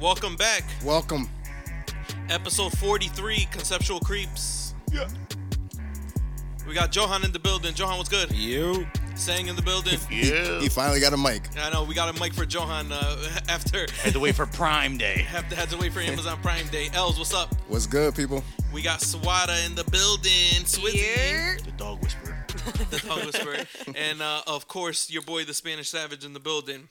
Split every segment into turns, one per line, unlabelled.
Welcome back.
Welcome.
Episode 43, Conceptual Creeps.
Yeah.
We got Johan in the building. Johan, what's good?
You.
Sang in the building.
Yeah.
He finally got a mic.
I know, we got a mic for Johan uh, after
Had to wait for Prime Day.
have to, had to wait for Amazon Prime Day. Els, what's up?
What's good, people?
We got Swada in the building. Swizzy.
The dog whisperer.
the dog whisperer, and uh, of course your boy the Spanish Savage in the building.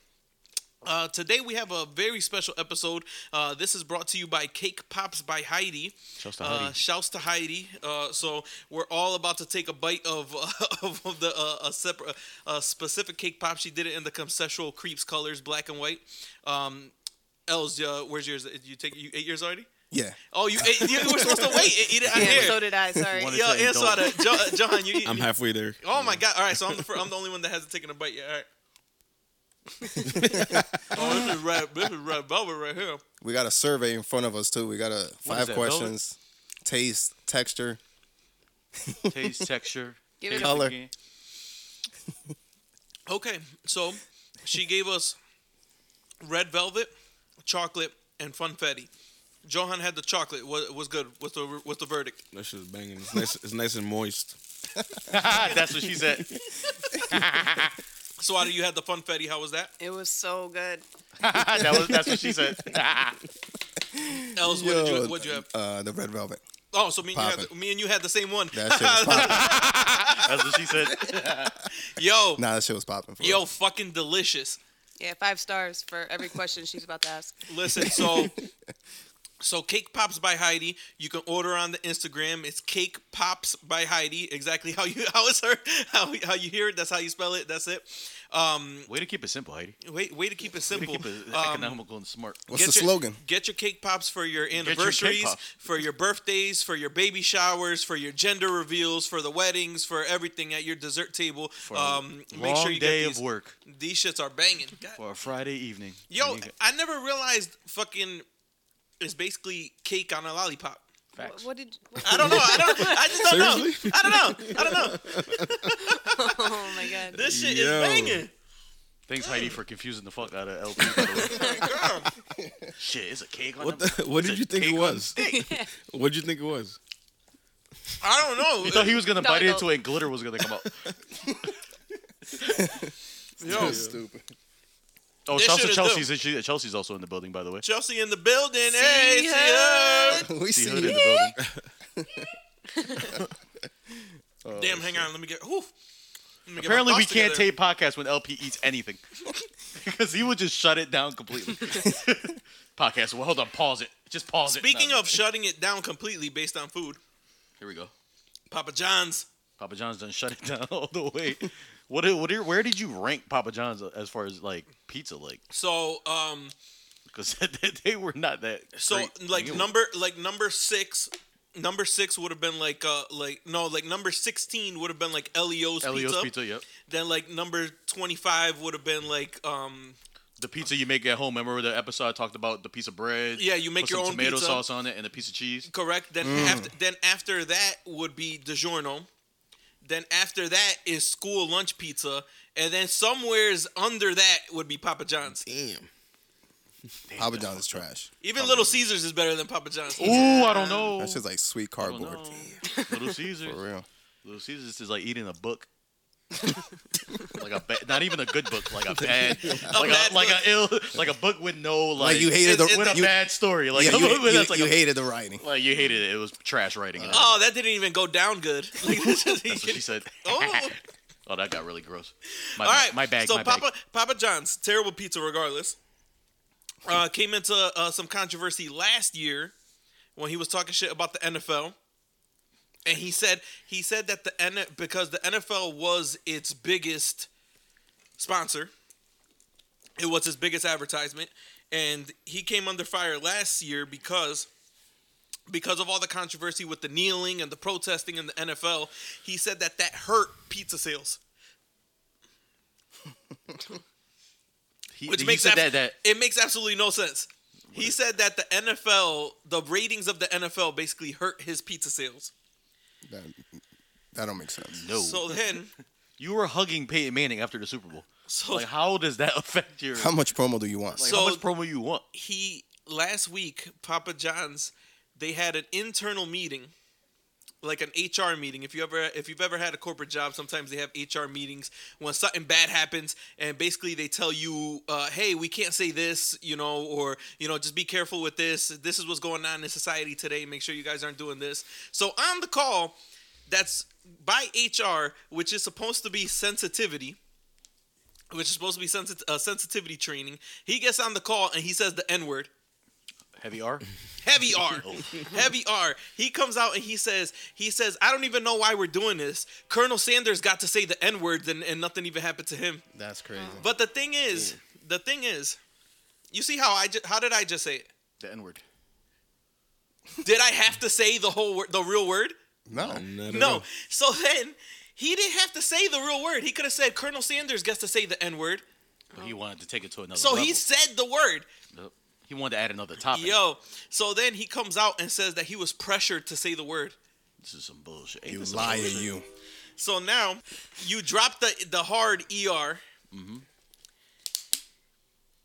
Uh, today we have a very special episode. Uh, this is brought to you by Cake Pops by Heidi.
Shouts to
Uh,
Heidi.
shouts to Heidi. Uh, so we're all about to take a bite of of, of the uh, a separate a specific cake pop. She did it in the conceptual creeps colors, black and white. Um, Els, uh, where's yours? Did You take you ate yours already?
Yeah.
Oh, you ate, you were supposed to wait. Eat it out
Yeah,
here.
so did I. Sorry.
Wanted-
Yo,
It's an
and
adult.
Swada, jo- John, you.
I'm halfway there.
Oh my god! All right, so I'm the fir- I'm the only one that hasn't taken a bite yet. All right. oh, this is red. This is red velvet right here.
We got a survey in front of us too. We got a
is
five
that,
questions: taste, texture.
Taste, texture,
Give it
taste
Color.
again.
Okay, so she gave us red velvet, chocolate, and funfetti. Johan had the chocolate. What was good? What's the what's the verdict?
That shit's banging. It's nice. It's nice and moist.
That's what she said.
So, you had the funfetti. How was that?
It was so good.
that was, that's what she said.
Els, what did
Yo,
you what'd you have?
Uh, the red velvet.
Oh, so me and, you had the,
poppin'.
me and you had the same one.
That shit was popping.
That's what she said.
Yo,
nah, that shit was popping. For
yo,
real.
fucking delicious.
Yeah, five stars for every question she's about to ask.
Listen, so so Cake Pops by Heidi. You can order on the Instagram. It's Cake Pops by Heidi. Exactly how you how is her how how you hear it. That's how you spell it. That's it. Um,
Way to keep it simple, Heidi.
wait, way to keep it
Way to
simple.
keep it
Um,
economical and smart.
What's the
your,
slogan?
Get your cake pops for your
your cake
anniversaries,
pops.
for your birthdays, for your baby showers, for your gender reveals, for the weddings, for everything at your dessert table.
For
um,
a
make
long
sure you
day
get these.
of work
These shits are banging. God
for a Friday evening.
Yo,
You get-
I never realized fucking it's basically cake on a lollipop.
facts.
What did?
I don't know. I don't. I just don't know. I don't know. I don't know.
oh my god.
This shit
Yo.
is banging.
Thanks, Heidi, for confusing the fuck out of LP. by the
Girl,
way. Shit, it's a cake on
What
the.
the, What
it's
did
a
you think
cake
it
on
was? what did you think it was?
I
You
don't know.
thought he was gonna
No,
bite
no.
into it and glitter was gonna come out.
Yo,
Stupid.
Oh,
This
shouts
shit
to
is
Chelsea's. and she- Chelsea's also in the building, by the way.
Chelsea in the building. hey, see her.
we
See
see
Hood in
you.
the building.
Damn, hang on. Let me get. Whew. Let me get my
Oh, Apparently, we
thoughts
can't
together.
tape podcasts when LP eats anything because he would just shut it down completely. Podcast. Well, hold on. Pause it. Just pause it.
Speaking
No,
of shutting it down completely based on food,
here we go.
Papa John's.
Papa John's done shut it down all the way. What? did- What? did- Where did you rank Papa John's as far as like pizza? Like,
So, um,
because they were not that.
So
great.
like
They were-
number like number six, number six would have been like uh like no like number sixteen would have been like Elio's,
Elio's
pizza.
E pizza. Yep.
Then like number twenty five would have been like um
The pizza you make at home. Remember the episode I talked about the piece of bread.
Yeah, you make
put
your
some
own
tomato
pizza.
sauce on it and a piece of cheese.
correct. Then after then after that would be DiGiorno. Then after that is school lunch pizza, and then somewheres under that would be Papa John's.
Damn. Papa John's is trash.
Even Little Caesars is better than Papa John's.
Ooh, I don't know.
That's just like sweet
I don't
cardboard.
know. Little Caesars.
For real.
Little Caesars is like eating a book. like a ba- not even a good book, like a bad, like
bad
a like
book.
a ill, like a book with no like,
Like, you hated the
It's-
with a
you,
bad story, like
yeah,
a
you,
book
you-
that's like
you
a-
hated the writing.
like you hated it. It was trash writing. and
Oh, that didn't even go down good.
that's what she said.
Oh.
Oh, that got really gross. My,
All right,
my bag,
So
my
Papa
bag.
Papa John's terrible pizza, regardless. Uh, came into uh, some controversy last year when he was talking shit about the NFL, and he said he said that the N because the NFL was its biggest sponsor, it was his biggest advertisement, and he came under fire last year because because of all the controversy with the kneeling and the protesting in the NFL, he said that that hurt pizza sales.
He,
which
he
makes
said
abs-
that that
it makes absolutely no sense. He said that the NFL, the ratings of the NFL basically hurt his pizza sales.
That, that don't make sense.
No.
So then,
you were hugging Peyton Manning after the Super Bowl.
so
Like, how does that affect your?
How much promo do you want?
like,
So-
how much promo you want?
he last week Papa John's they had an internal meeting like an HR meeting if you ever if you've ever had a corporate job sometimes they have HR meetings when something bad happens and basically they tell you uh, hey we can't say this you know or you know just be careful with this this is what's going on in society today make sure you guys aren't doing this so on the call that's by HR which is supposed to be sensitivity which is supposed to be sensit- uh, sensitivity training. He gets on the call and he says the N word.
Heavy R.
Heavy R, heavy R. He comes out and he says, he says, I don't even know why we're doing this. Colonel Sanders got to say the N word and, and nothing even happened to him.
That's crazy.
But the thing is, the thing is, you see how I ju- how did I just say it?
The N word.
Did I have to say the whole word, the real word?
No.
Not at
No.
all.
So then he didn't have to say the real word. He could have said Colonel Sanders gets to say the N word.
But he wanted to take it to another.
So
level.
he said the word.
Nope. He wanted to add another topic.
Yo, so then he comes out and says that he was pressured to say the word.
This is some bullshit. Ain't
You
this some
liar,
bullshit?
you.
So now you drop the the hard ER.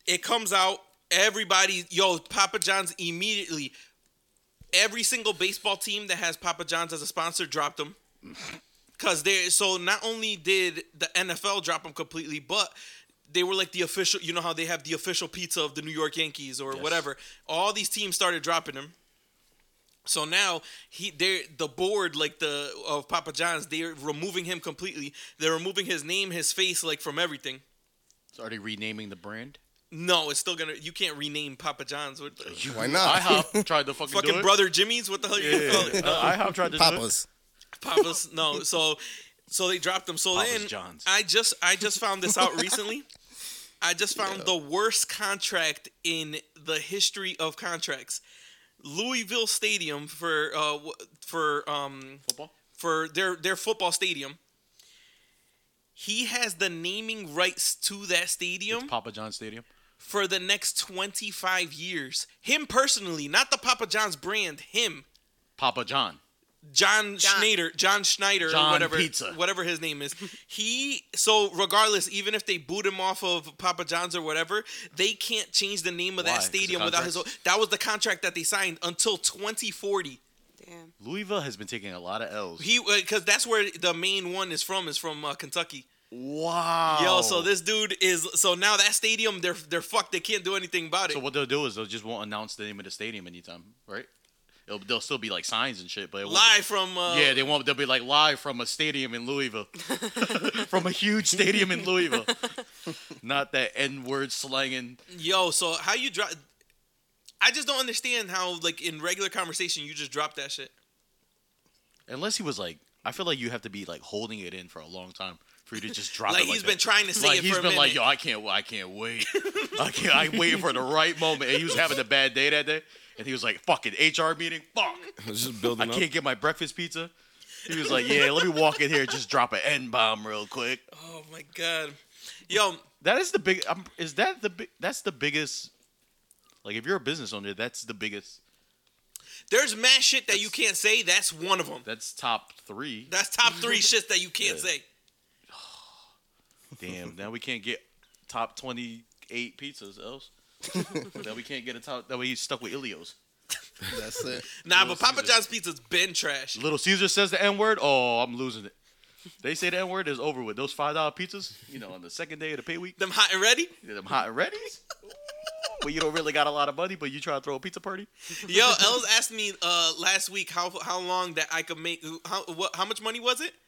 It comes out. Everybody, yo, Papa John's immediately. Every single baseball team that has Papa John's as a sponsor dropped them. Cause they so not only did the NFL drop them completely, but they were like the official. You know how they have the official pizza of the New York Yankees or
Yes.
whatever. All these teams started dropping them. So now he they the board like the of Papa John's they're removing him completely. They're removing his name, his face, like from everything.
It's already renaming the brand.
No, it's still gonna. You can't rename Papa John's. What the,
Why not?
IHOP tried to fucking, do
Uh, fucking
it.
brother Jimmy's? What the hell? You call it?
Uh, IHOP tried to do it.
Papa's.
Papa's no. So so they dropped him. So
Papa's
then
John's.
I just I just found this out recently. I just found the worst contract in the history of contracts. Louisville Stadium for uh w- for um
Football.
for their their football stadium. He has the naming rights to that
It's
stadium
Papa John Stadium.
for the next 25 years. Him personally, not the Papa John's brand, him.
Papa John.
John,
John.
Schneider, John Schneider,
John
or whatever,
Pizza.
whatever his name is. He so regardless, even if they boot him off of Papa John's or whatever, they can't change the name of
Why?
that
'Cause of
stadium without his.
contracts?
That was the contract that they signed until 2040.
Damn.
Louisville has been taking a lot of L's.
He because that's where the main one is from is from uh, Kentucky.
wow.
Yo, so this dude is so now that stadium they're they're fucked. They can't do anything about it.
So what they'll do is they'll just won't announce the name of the stadium anytime, right? It'll, they'll still be like signs and shit, but it won't be-
Live from uh,
Yeah, they won't. They'll be like live from a stadium in Louisville, from a huge stadium in Louisville. Not that N-word slanging.
yo. So how you drop? I just don't understand how like in regular conversation you just drop that shit.
Unless he was like, I feel like you have to be like holding it in for a long time for you to just drop
Like
it. Like
he's
that.
been trying to say
Like
it
he's
for a
been
minute.
like, yo, I can't, I can't wait. I can't. I'm waiting for the right moment. And he was having a bad day that day, and he was like, fucking HR meeting, fuck.
It's just
I
building up.
can't get my breakfast pizza. He was like, yeah, let me walk in here, and just drop an N bomb real quick.
oh my god, yo.
That is the big. Um, is that the big? That's the biggest. Like, if you're a business owner, that's the biggest.
There's mad shit that you can't say. That's one of them.
That's top three.
That's top three shits that you can't
Yeah.
say.
Damn. Now we can't get top twenty-eight pizzas else. now we can't get a top. That way he's stuck with Ilios.
That's it.
Nah,
Little
but Papa
Caesar.
John's pizza's been trash.
Little Caesar says the N word. Oh, I'm losing it. They say the N word is over with. Those five dollar pizzas, you know, on the second day of the pay week,
Them hot and ready,
them hot and ready. But you don't really got a lot of money, but you try to throw a pizza party.
yo. Els asked me uh last week how how long that I could make how what how much money was it?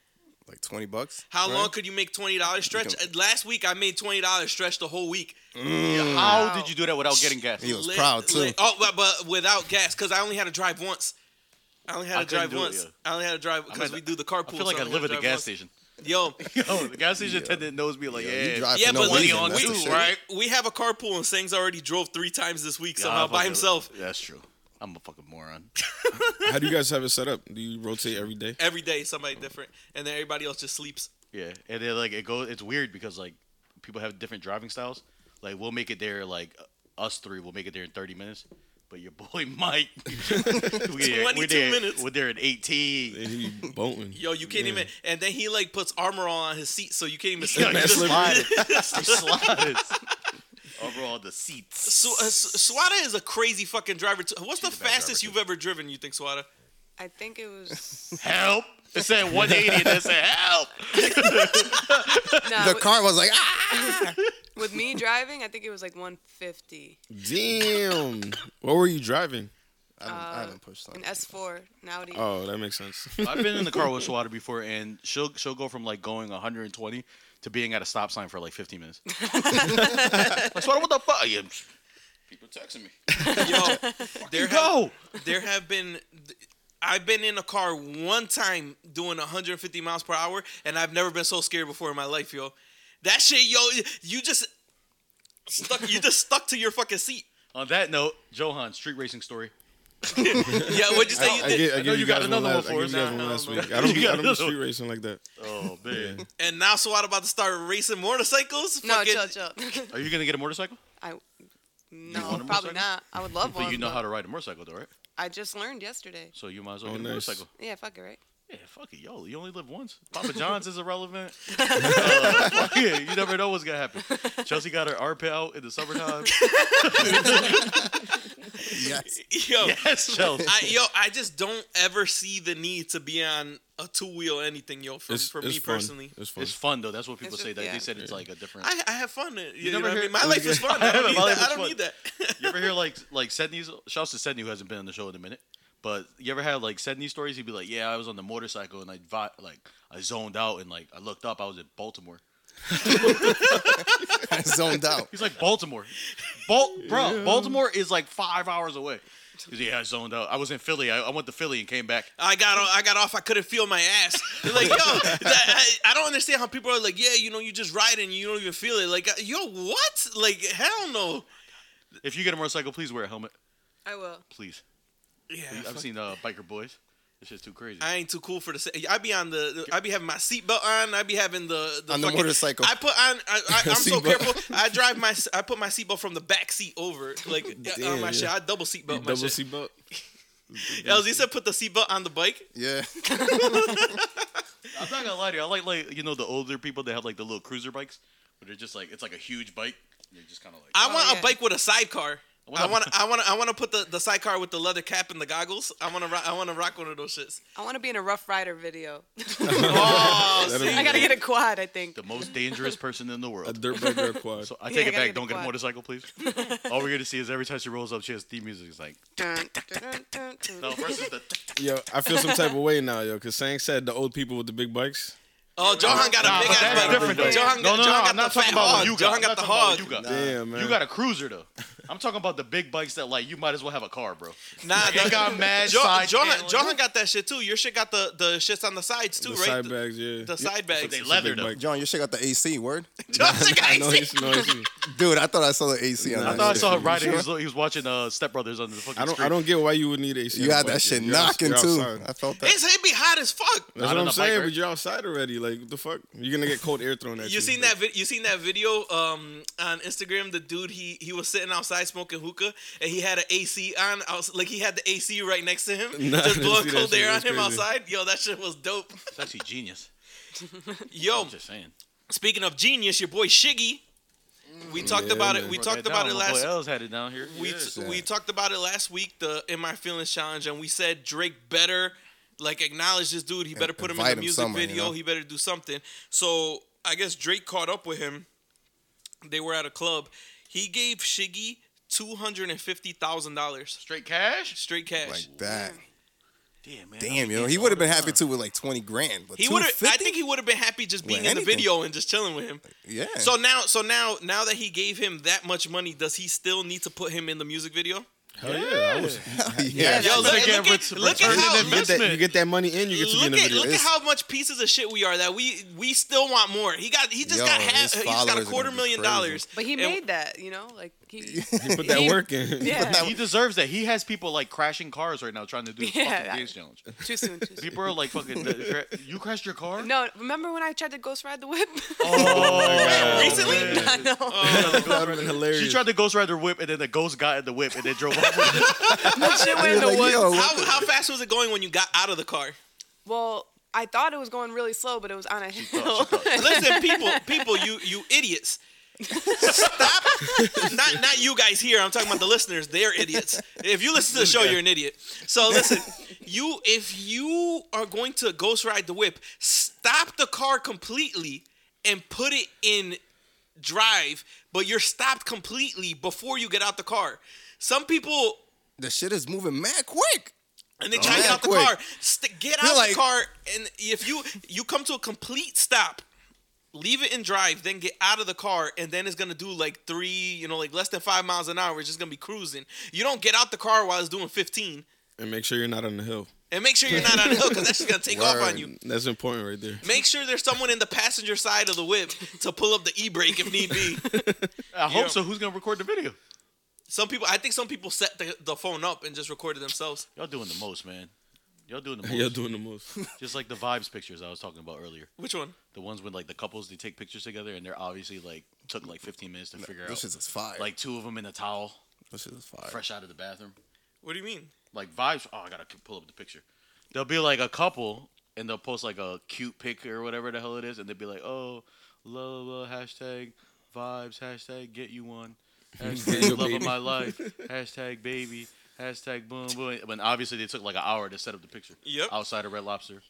Like 20 bucks?
How
right?
long could you make twenty dollars stretch?
can-
Uh, Last week I made twenty dollars stretch the whole week.
How did Mm. you do that without getting gas?
He was
Lit-
proud, too.
lit- oh, but, but without gas because I only had to drive once. I only had to
I couldn't
drive
do it,
once.
yeah.
I only had to drive because
mean,
we do the carpool.
I feel like
so
I
only had
live at
to drive
the gas
once.
station.
Yo,
Yo, the gas station attendant knows me like,
You
yeah,
drive
Yeah,
for no
but like-
reason.
on
That's the
you,
shit.
right?
we have a carpool and Sang's already drove three times this week
Yeah,
somehow
I
by
fucking-
himself
That's true. I'm a fucking moron.
How do you guys have it set up? Do you rotate every day?
every day. Somebody different, and then everybody else just sleeps.
yeah, and then like it goes. It's weird because like people have different driving styles. Like we'll make it there like us three will make it there in 30 minutes. But your boy Mike, we there, we're
22
there,
minutes.
We're there at 18.
And he bolting.
Yo, you can't
Yeah.
even. And then he like puts armor on his seat, so you can't even see.
Yo, you
Just-
slide it. You slide it. Over all the seats.
Su- uh, Su- Suada is a crazy fucking driver. Too. What's the
a bad driver,
fastest
too.
you've ever driven? You think Suada?
I think it was
Help. It said 180 and it said help.
nah,
The
with,
car was like, ah!
with me driving. I think it was like 150.
Damn. what were you driving?
I, don't, I haven't pushed
An
something.
S4 an Audi.
Oh, that makes sense.
I've been in the car with Shawada before, and she'll she'll go from like going 120 to being at a stop sign for like 15 minutes. like, Shawada, what the fuck? Yeah, people texting me.
Yo, there have,
Go.
there have been. I've been in a car one time doing 150 miles per hour, and I've never been so scared before in my life, yo. That shit, yo, you just stuck. You just stuck to your fucking seat.
On that note, Johan, street racing story.
Yeah, what'd you say? You
I,
did?
get, I,
know
gave
you
you
got
guys
another
one
one
last, I
for
gave
us.
you
Nah,
guys one
nah,
last
nah.
week. I don't,
You
be,
got
I don't be
another
street
one.
racing like that.
Oh man,
and now Swat about to start racing motorcycles.
no,
Fucking-
chill, chill.
are you gonna get a motorcycle?
I
want a
no,
motorcycle?
probably not. I would love one.
But you know
but
how to ride a motorcycle, though, right?
I just learned yesterday.
So you might as well
Oh,
get a
nice.
motorcycle.
Yeah, fuck it, right?
Yeah, fuck it, yo. You only live once. Papa John's is irrelevant. Uh, fuck it, you never know what's gonna happen. Chelsea got her armpit out in the summertime.
Yes.
Yo,
yes, Chelsea.
I, yo, I just don't ever see the need to be on a two wheel anything, yo. For,
It's,
for
it's
me
fun.
personally,
It's fun.
It's fun though. That's what people
It's
say.
just-
That they
yeah.
said it's like a different.
I, I have fun. You, you know
never
what I
hear-
mean? My life is fun. I don't need
My life
that.
is
I don't
fun.
need that.
You ever hear like like Sedney's? Shouts to Sedney who hasn't been on the show in a minute. But you ever had like Sedney stories? He'd be like, "Yeah, I was on the motorcycle and I vi- like I zoned out and like I looked up. I was in Baltimore.
I zoned out.
He's like Baltimore, Bal- bro. Baltimore is like five hours away. He's like, yeah, I zoned out. I was in Philly. I, I went to Philly and came back.
I got o- I got off. I couldn't feel my ass. They're like, yo, that, I, I don't understand how people are like, yeah, you know, you just ride and you don't even feel it. Like, uh, yo, what? Like, hell no.
If you get a motorcycle, please wear a helmet.
I will.
Please.
Yeah,
I've
fuck.
seen uh, biker boys. This shit's too crazy.
I ain't too cool for the. sa- I be on the. I be having my seatbelt on. I be having the. the
On the
fucking-
motorcycle.
I put on. I, I, I'm so
Seatbelt.
careful. I drive my. s- I put my seatbelt from the back seat over, like uh,
Damn,
on my
yeah.
shit. I double seatbelt my
Double
shit.
seatbelt.
LZ said put the seatbelt on the bike.
Yeah.
I'm not gonna lie to you. I like like you know the older people that have like the little cruiser bikes, but they're just like it's like a huge bike. They're just kind of like.
I
Oh,
want
yeah.
a bike with a sidecar.
What
I
up?
want. I want. I want to put the, the sidecar with the leather cap and the goggles. I want to. I want to rock one of those shits.
I want to be in a Rough Rider video.
Oh,
That'll
see?
be
I gotta get a quad, I think.
the most dangerous person in the
A
world.
dirt bike or a quad.
So I
Yeah,
take
I
it
gotta
back.
get
Don't
the
get a
quad.
motorcycle, please. All we're gonna see is every time she rolls up, she has theme music. It's like
Dun, dun, dun, dun, dun.
no, versus the
Yo, I feel some type of way now, yo, because Sang said the old people with the big bikes.
oh, Johan got
Nah,
a big
but
ass
that's
bike.
different, though.
Johan,
no, no, no.
Johan got
I'm not
the fat
talking about
hog.
what you got.
Johan
I'm
got
not
the
talking about
hog.
what You got.
Damn, man.
You got a cruiser though. I'm talking about the big bikes that like you might as well have a car, bro.
Nah,
They
the-
got mad
Jo-
side
Johan,
paneling.
Johan got that shit too. Your shit got the the shits on the sides too,
The
right?
side
The-
bags, yeah.
The side bags.
they
It's a
leather
big
though.
bike.
John, your shit got the AC, word?
John's like, I
No,
see-
he's, no, he's,
Dude, I thought I saw the AC on
Nah,
I
that
thought I
shit.
saw him riding. He was, he was watching uh, Step Brothers under the fucking
I don't.
street.
I don't get why you would need AC.
You
on a
had
bike,
that shit
yo. You're outs-
knocking
you're
too.
outside.
I felt that.
It's it be hot as fuck.
That's
Not
what
on
I'm
a bike,
saying.
right?
But you're outside already. Like what the fuck, you're gonna get cold air thrown at you.
You seen
like-
that? Vi- you seen that video um, on Instagram? The dude he he was sitting outside smoking hookah, and he had an AC on. outs- like he had the AC right next to him,
Nah, I
just
didn't
blowing
see that
cold
shit.
air on
That's
him
crazy.
outside. Yo, that shit was dope.
It's actually genius.
Yo,
I'm just saying.
speaking of genius, your boy Shiggy. We talked
Yeah,
about it.
man.
We
Wrote
talked
that
about
down.
it
My boy
last.
Els had it down here.
We
Yeah.
t-
Yeah.
we talked about it last week. The in my feelings challenge, and we said Drake better like acknowledge this dude. He better put him in
invite
the
him
music
somewhere, you
video.
know?
He better do something. So I guess Drake caught up with him. They were at a club. He gave Shiggy two hundred and fifty thousand dollars
straight cash.
straight cash.
Like that.
Damn man.
Damn, yo. He would have been happy too with like 20 grand. But
he would have. I think he would have been happy just being in the
anything.
video and just chilling with him.
Yeah.
So now, so now, now that he gave him that much money, does he still need to put him in the music video?
Hell yeah. I was-
yeah.
Yo, look,
Look at-
look at,
return
look
it
at
in
how
You get, that, you get that money in, you get to be in
look
the
at
video.
look at
It's-
how much pieces of shit we are that we we still want more. He got he just
Yo,
got
his
half he just got
followers
a
are
quarter
gonna be
million
crazy.
dollars.
But he
And-
made that, you know, like he.
you put that
he-
work in.
Yeah.
He deserves that. He has people like crashing cars right now trying to do the
Yeah,
fucking
I-
games challenge.
too soon. Too soon.
People are like fucking. the- You crashed your car?
No, remember when I tried to ghost ride the whip?
Oh,
Recently?
man.
I know.
Oh,
That would have been hilarious.
She tried to ghost ride her whip, and then the ghost got in the whip, and then drove off. with it.
That shit went in the
Like,
woods.
yo, what
how, how fast was it going when you got out of the car?
Well, I thought it was going really slow, but it was on a hill.
Listen, people, people, you you idiots. Stop. Not not you guys here. I'm talking about the listeners. They're idiots. If you listen to the show, you're an idiot. So listen, you if you are going to ghost ride the whip, stop the car completely and put it in drive, but you're stopped completely before you get out the car. Some people
the shit is moving mad quick.
and they try to
yeah,
get out the
quick.
car. St- get
You're
out
like-
the car, and if you you come to a complete stop, leave it in drive, then get out of the car, and then it's gonna do like three, you know, like less than five miles an hour. It's just gonna be cruising. You don't get out the car while it's doing fifteen,
and make sure you're not on the hill.
and make sure you're not on the hill because that's just gonna take off on you.
That's important right there.
Make sure there's someone in the passenger side of the whip to pull up the e brake if need be.
I
Yeah.
hope so. Who's gonna record the video?
Some people, I think some people set the, the phone up and just recorded themselves.
Y'all doing the most, man. Y'all doing the most.
You're doing the most.
Just like the vibes pictures I was talking about earlier.
Which one?
The ones when like the couples they take pictures together, and they're obviously like took like 15 minutes to figure
This
out.
shit is fire.
Like two of them in a towel,
this shit is fire.
fresh out of the bathroom.
What do you mean?
like vibes. Oh, I gotta c- pull up the picture. They'll be like a couple, and they'll post like a cute pic or whatever the hell it is, and they'll be like, "Oh, love, love hashtag vibes hashtag get you one hashtag
Your
love of
baby.
my life hashtag baby hashtag boom boom." When obviously they took like an hour to set up the picture.
Yep.
Outside of Red Lobster,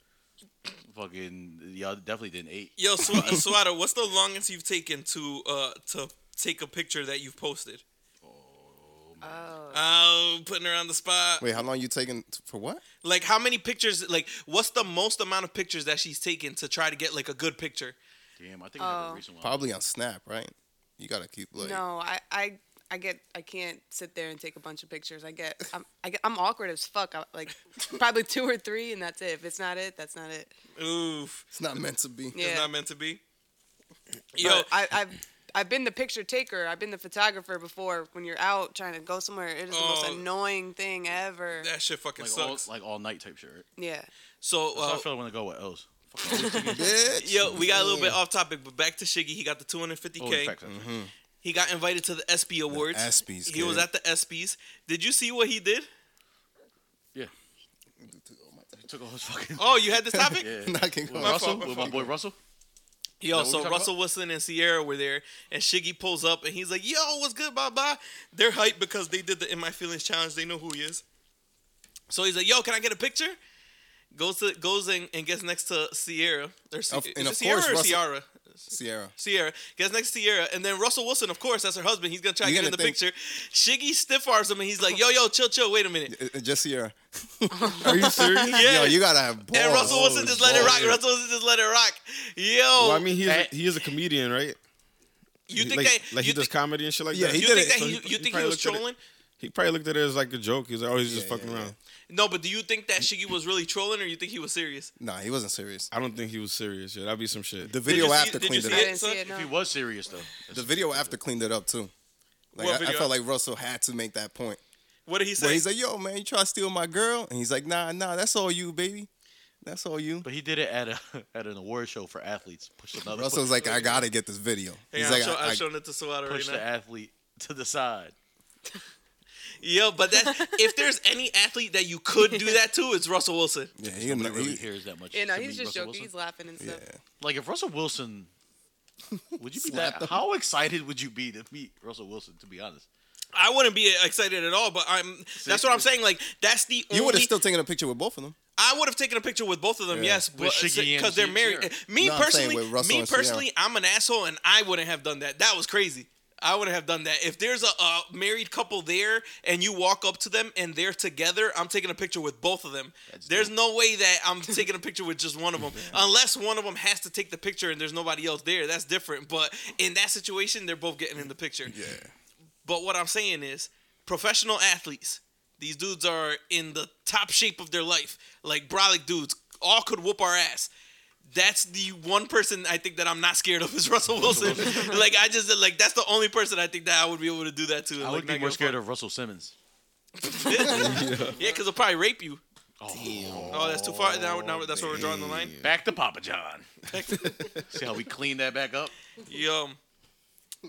fucking y'all definitely didn't eat.
Yo, Sw- Swatter, what's the longest you've taken to uh to take a picture that you've posted?
Oh.
Oh, putting her on the spot.
Wait, how long you taking t- for what?
Like, how many pictures? Like, what's the most amount of pictures that she's taken to try to get like a good picture?
Damn, I think I have
Oh.
a recent one.
Probably on Snap, right? You gotta keep like.
No, I, I, I get, I can't sit there and take a bunch of pictures. I get, I'm, I get, I'm awkward as fuck. I, like, probably two or three, and that's it. If it's not it, that's not it.
Oof,
It's not meant to be.
Yeah.
it's not meant to be.
Yo,
Yo,
I, I've, I've been the picture taker. I've been the photographer before. When you're out trying to go somewhere, it is the most
Oh.
annoying thing ever.
that shit fucking
like all
sucks.
like all night type shit. Right?
Yeah.
so,
So
uh,
I feel like when I go with L's. Fucking always taking-
Bitch.
yo, we got a little bit off topic, but back to Shiggy. He got the
Oh,
250k.
in fact, actually.
he got invited to the ESPY Awards.
ESPYs,
He was
kid.
at the E ESPYs. Did you see what he did?
Yeah. He took all his fucking.
Oh, you had this topic?
Yeah.
Not King
With
Kong.
Russell,
fault, my
with my boy Russell.
Yo,
Is that what
so
we talking
Russell Wilson and Sierra were there, and Shiggy pulls up and he's like, "Yo, what's good, blah blah." They're hyped because they did the "In My Feelings" challenge. They know who he is. So he's like, "Yo, can I get a picture?" Goes to goes in and gets next to Sierra. Or, Si-
Of-
is
and
it
of
Sierra
course
or
Russell-
Ciara?
Sierra.
Sierra gets next to Sierra, and then Russell Wilson, of course, that's her husband. He's gonna try to
You're
get in the
gonna
picture. Shiggy stiff arms him, and he's like, "Yo, yo, chill, chill, wait a minute."
Uh, uh, Just Sierra.
Are you serious?
Yeah.
Yo, you gotta have balls.
and Russell Wilson just let it rock.
Balls.
Russell Wilson just let it rock. Yo,
Well, I mean, he is,
That-
a, he is a comedian, right?
you think
like,
that
like
you
he does
thi-
comedy and shit like
Yeah,
that?
he
you
did
think
it,
that
so
he,
he-
you
he
think he
probably
was
looked at it.
trolling?
He probably looked at it as like a joke. He's like, oh, he's just
Yeah,
fucking
yeah,
around.
No, but do you think that Shiggy was really trolling, or you think he was serious?
Nah, he wasn't serious.
I don't think he was serious. Yeah, that'd be some shit.
The
Did you
video
see-
after
did you
cleaned
see
it
I
up.
didn't see it. No.
If he was serious though,
The video after cleaned it up too. Like
What
I- I,
video?
felt like Russell had to make that point.
What did he say?
Where he's like, "Yo, man, you try to steal my girl?" And he's like, "Nah, nah, that's all you, baby. That's all you."
But he did it at a at an award show for athletes. Pushed another.
Russell's
push,
like, "I gotta get this video."
Hang
He's
on,
like,
I'm, show,
I-
I'm
I-
showing it to Sawada right
push
now.
the athlete to the side.
Yo, but that if there's any athlete that you could do that to, it's Russell Wilson.
"Yeah, he,
He
he,
really cares that much.
Yeah, no,
to
he's
meet
just
Russell
joking.
Wilson.
He's laughing and stuff.
yeah."
Like if Russell Wilson, would you be
Slap
that?
him.
How excited would you be to meet Russell Wilson? To be honest,
I wouldn't be excited at all, but I'm. That's what I'm saying. Like that's the
You would
only.
have still taken a picture with both of them.
I would have taken a picture with both of them, yes,
With
but
Shiggy and
because they're
Sierra.
married. Me
No, I'm saying
personally,
with Russell
me
and Sierra.
personally, I'm an asshole, and I wouldn't have done that. That was crazy. I wouldn't have done that. If there's a, a married couple there and you walk up to them and they're together, I'm taking a picture with both of them.
That's
there's
dope.
no way that I'm taking a picture with just one of them, unless one of them has to take the picture and there's nobody else there. That's different. But in that situation, they're both getting in the picture.
Yeah.
But what I'm saying is, professional athletes. These dudes are in the top shape of their life. Like brolic dudes, all could whoop our ass. That's the one person I think that I'm not scared of is Russell Wilson. like I just like that's the only person I think that I would be able to do that to.
I would be more scared of Russell Simmons.
yeah, because they'll probably rape you.
Oh.
Oh, that's too far. Now, now that's where we're drawing the line.
Back to Papa John. See how we clean that back up?
Yo,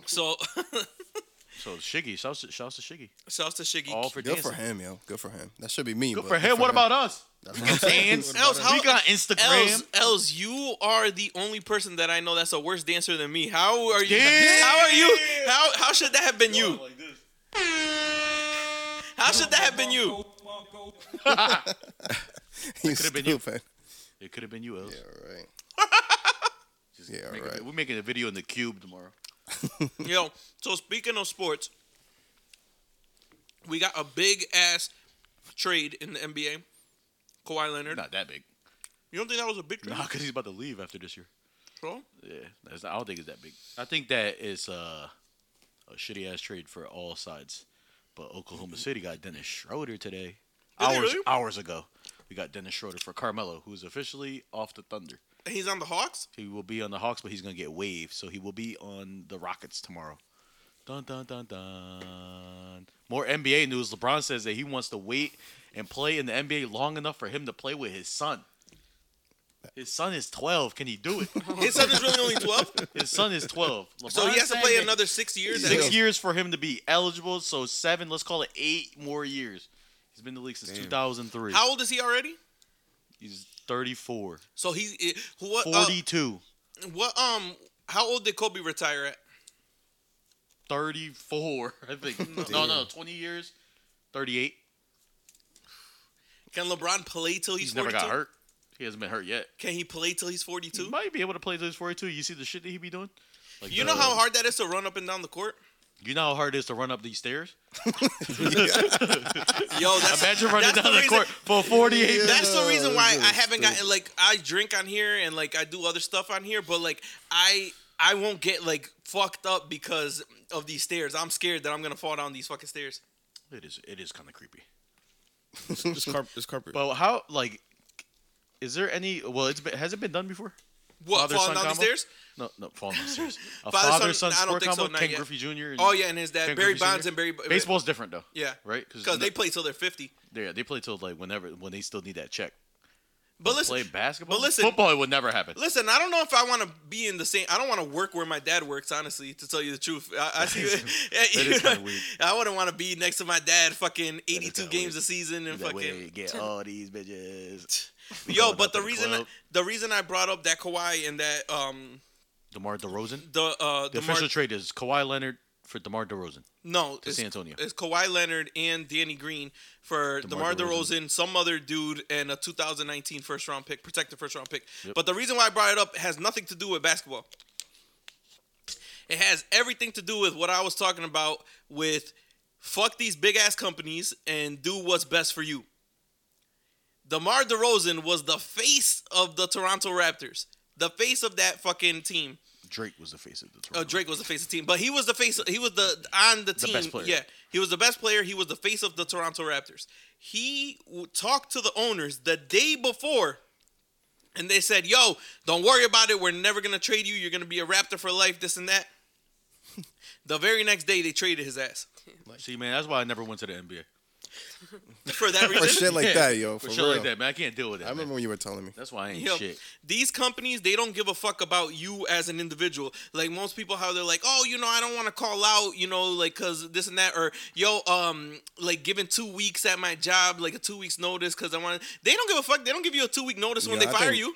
so
So Shiggy, shouts to, shouts to Shiggy.
shouts to Shiggy.
All for
Good
dancing.
for him, yo. Good for him. That should be me.
Good
but
for him. What about us?
That's what I'm saying.
Dance.
Else, how-
we got Instagram.
Els, Els, you are the only person that I know that's a worse dancer than me. How are you?
Yeah.
How are you? How how should that have been you? How should that have been you?
You
could've been you.
stupid.
It could have been you, Els.
Yeah, right.
Just
yeah,
make a
right.
vi- we're making a video in the cube tomorrow.
Yo, so speaking of sports, we got a big ass trade in the NBA. Kawhi Leonard.
Not that big.
You don't think that was a big trade?
Nah, because he's about to leave after this year.
bro?
Yeah, that's not, I don't think it's that big. I think that is uh, a shitty ass trade for all sides. But Oklahoma City got Dennis Schroeder today.
Did they
hours
really?
hours ago, we got Dennis Schroeder for Carmelo, who's officially off the Thunder.
And he's on the Hawks.
He will be on the Hawks, but he's gonna get waived, so he will be on the Rockets tomorrow. Dun dun dun dun. More NBA news. LeBron says that he wants to wait and play in the NBA long enough for him to play with his son. His son is 12. Can he do it?
His son is really only twelve,
His son is 12. LeBron
so he has to
said
play
that
another six years.
six
at-
years for him to be eligible. So seven, let's call it eight more years. He's been in the league since 2003.
How old is he already?
He's 34,
So he's eh, what? uh,
42,
What um how old did Kobe retire at?
34. I think. no, no, 20 years, 38.
Can LeBron play till he's,
He's, never
42?
got hurt. He hasn't been hurt yet.
Can he play till he's
He
42?
might be able to play till he's 42. You see the shit that he be doing. Like
You
the-
know how hard that is to run up and down the court?
you know how hard it is to run up these stairs.
Yo, that's
Imagine running
that's
down the,
reason,
court for 48 minutes.
That's the reason why I haven't gotten like I drink on here and like I do other stuff on here, but like I I won't get like fucked up because of these stairs. I'm scared that I'm gonna fall down these fucking stairs.
It is. It is kind of creepy.
It's, it's, carp- it's carpet.
But how like is there any well it's been has it been done before?
What
Father,
falling
son
down these
combo?
stairs?
No, no, falling down the stairs. A
Father,
father
son-
son,
I don't
sport
think so,
combo,
not
Ken
yet.
Griffey Jr. and
Oh yeah, and his dad
Ken
Barry
Griffey
Bonds
Jr.
and Barry
Baseball's different though.
Yeah,
Right?
because they play till they're 50.
yeah, they play till like whenever when they still need that check.
But listen,
Play basketball.
but listen-
football it would never happen.
Listen, I don't know if I want to be in the same. I don't want to work where my dad works. Honestly, to tell you the truth, I, I see.
that is kinda weird.
I wouldn't want to be next to my dad, fucking eighty-two
kinda
games
weird.
a season and
That way
fucking.
you get all these bitches.
Yo,
Going
but
up
the
in the
reason
club.
the reason I brought up that Kawhi and that um
DeMar DeRozan.
the uh
The
DeMar-
official trade is Kawhi Leonard for DeMar DeRozan.
no to
San Antonio.
it's Kawhi Leonard and Danny Green for DeMar,
DeMar
DeRozan, some other dude, and a 2019 first round pick, protected first round pick. But the reason why I brought it up has nothing to do with basketball. It has everything to do with what I was talking about with fuck these big ass companies and do what's best for you. DeMar DeRozan was the face of the Toronto Raptors, the face of that fucking team.
Drake was the face of the Toronto.
Uh, Drake was the face of the team, but he was the face. He was the on the team.
best player.
Yeah, he was the best player. He was the face of the Toronto Raptors. He w- talked to the owners the day before, and they said, "Yo, don't worry about it. We're never gonna trade you. You're gonna be a Raptor for life. This and that." the very next day, they traded his ass
See, man, that's why I never went to the NBA.
for that
For
reason.
shit like
Yeah,
that, yo. For,
shit
real.
like that, man. I can't deal with that.
I remember when you were telling me.
That's why I ain't
Yo,
shit.
These companies, they don't give a fuck about you as an individual. Like most people, how they're like, oh, you know, I don't want to call out, you know, like cause this and that, or yo, um, like giving two weeks at my job, like a two weeks notice, cause I want. They don't give a fuck. They don't give you a two week notice when
Yeah,
they
I
fire
think-
you.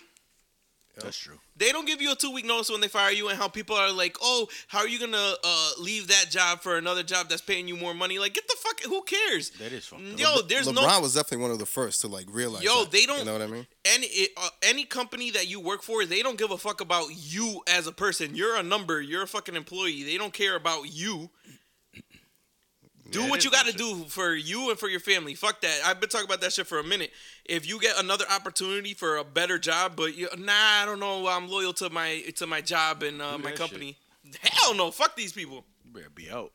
That's true.
They don't give you a two week notice when they fire you, and how people are like, oh, how are you gonna uh, leave that job for another job that's paying you more money? Like, get the fuck. Who cares?
That is fucked up.
Yo, there's
LeBron
no
was definitely one of the first to like realize.
Yo,
that,
they don't-
You know what I mean?
any it, uh, any company that you work for, they don't give a fuck about you as a person. You're a number. You're a fucking employee. They don't care about you. Do
Yeah, it
what
is
you got to
bullshit.
do for you and for your family. Fuck that. I've been talking about that shit for a minute. If you get another opportunity for a better job, but you, nah, I don't know. I'm loyal to my to my job and uh,
Do
my
that
company. Hell no. Fuck these people.
You better be out.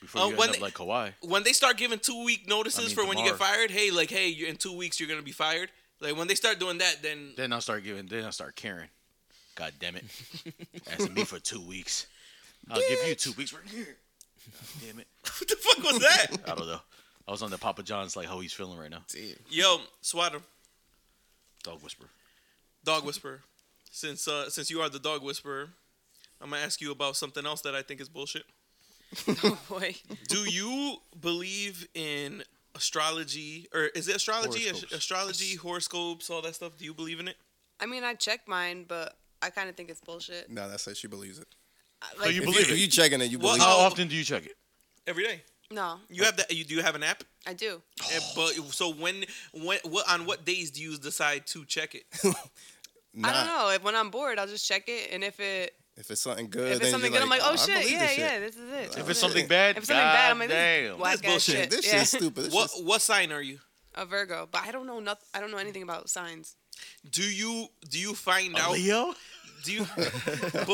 before
Uh,
you
when
end up
they-
like Kawhi.
when they start giving two week notices
I mean,
for when you get
tomorrow.
fired, hey, like, hey, you're in two weeks, you're gonna be fired. Like when they start doing that, then
Then I'll start giving. Then I'll start caring. God damn it! Asking me for two weeks. I'll give you two weeks. Right here. God damn it!
what the fuck was that?
I don't know. I was on the Papa John's like how he's feeling right now.
Yo, swatter,
Dog whisper.
dog whisperer. Since uh, since you are the dog whisperer, I'm gonna ask you about something else that I think is bullshit.
Oh boy.
Do you believe in astrology or is it astrology,
Horoscopes.
astrology, horoscopes, all that stuff? Do you believe in it?
I mean, I checked mine, but I kind of think it's bullshit.
No, that's how she believes it.
I- Like,
you
If
Believe
you,
it.
if you checking it, you
Well,
believe
How
Oh.
often do you check it?
Every day.
no,
You have that. You do you have an app?
I do.
And, but so when when what on what days do you decide to check it?
it. Nah,
I don't know. If when I'm bored, I'll just check it, and if it
If it's something good,
if
Uh, then
it's something
you're
good, I'm like, oh
I
shit,
believe
yeah,
this shit.
yeah, this is it.
If
If
it's
it's
Oh,
something bad,
If it's something bad, I'm like, this
damn.
is whack ass
bullshit.
shit.
This
yeah.
shit's stupid. This
What
shit's-
what sign are you?
A Virgo, but I don't know nothing. I don't know anything about signs.
Do you do you find
A
out?
Leo.
Do you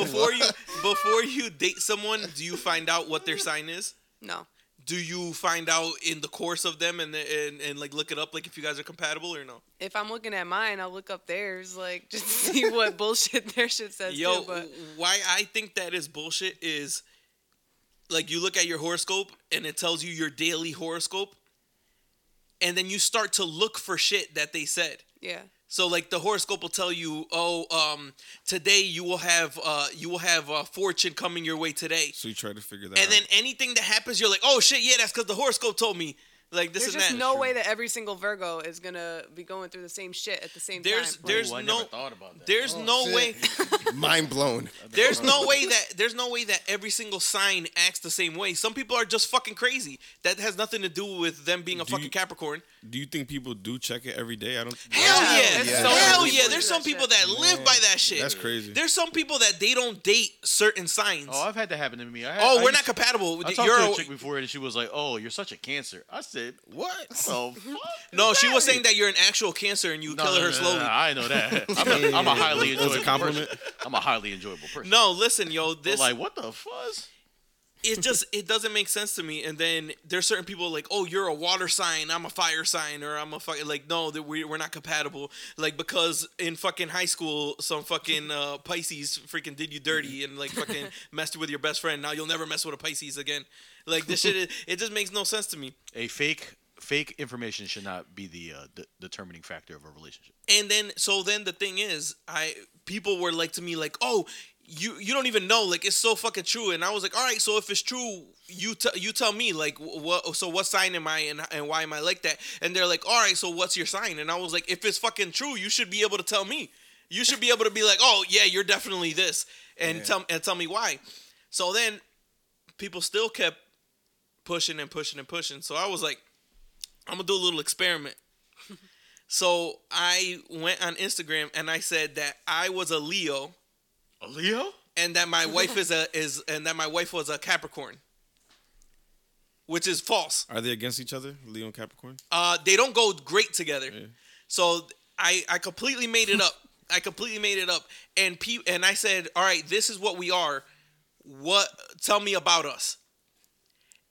before you before you date someone? Do you find out what their sign is?
No,
Do you find out in the course of them and and, and like look it up like if you guys are compatible or no?
if I'm looking at mine, I'll look up theirs, like just to see what bullshit their shit says
Yo,
too. But
why I think that is bullshit is like you look at your horoscope and it tells you your daily horoscope, and then you start to look for shit that they said.
yeah,
So like the horoscope will tell you, oh, um, today you will have uh, you will have uh, fortune coming your way today,
So you try to figure that
and
out.
then anything that happens, you're like, oh shit, yeah, that's because the horoscope told me. Like this
there's
and
just
that.
no way that every single Virgo is gonna be going through the same shit at the same
There's-
time.
there- There's
Ooh, Oh, I
no-
never thought about that.
Oh,
There's no
shit.
way.
Mind blown.
There's no way that there's no way that every single sign acts the same way. Some people are just fucking crazy. That has nothing to do with them being a
Do
fucking
you-
Capricorn.
Do you think people do check it every day? I don't.
Hell
Yeah,
yeah.
there's
Hell
so
many
yeah.
people
There's
do
some
that
people
shit.
that live by that shit.
That's crazy.
There's some people that they don't date certain signs.
Oh,
Oh,
I've had that happen to me. I had, I
we're
used-
not compatible.
I
With
talked
you're
to
a-
a chick before, and she was like, "Oh, you're such a cancer." I said, "What?" So
no, she was saying that you're an actual cancer and you kill her slowly.
No, I know that. I'm a, I'm a highly
That was
enjoyable
a compliment.
Person. I'm a highly enjoyable person.
No, listen, yo,
But
this
like what the fuzz?
it just it doesn't make sense to me. And then there's certain people like, oh, you're a water sign, I'm a fire sign, or I'm a fucking like, no, that we we're not compatible. Like because in fucking high school, some fucking uh, Pisces freaking did you dirty and like fucking messed with your best friend. Now you'll never mess with a Pisces again. Like this shit, is, it just makes no sense to me.
A fake fake information should not be the uh, de- determining factor of a relationship.
And then so then the thing is, I people were like to me like, "Oh, you you don't even know like it's so fucking true." And I was like, "All right, so if it's true, you t- you tell me like wh- what so what sign am I and and why am I like that?" And they're like, "All right, so what's your sign?" And I was like, "If it's fucking true, you should be able to tell me. You should be able to be like, "Oh, yeah, you're definitely this." And tell and tell me why. So then people still kept pushing and pushing and pushing. So I was like, I'm gonna do a little experiment. so I went on Instagram and I said that I was a Leo Oh,
A Leo?
and that my wife is a is and that my wife was a Capricorn. Which is false.
Are they against each other, Leo and Capricorn?
Uh, they don't go great together. So I I completely made it up. I completely made it up. And pe- and I said, "All right, this is what we are. What tell me about us?"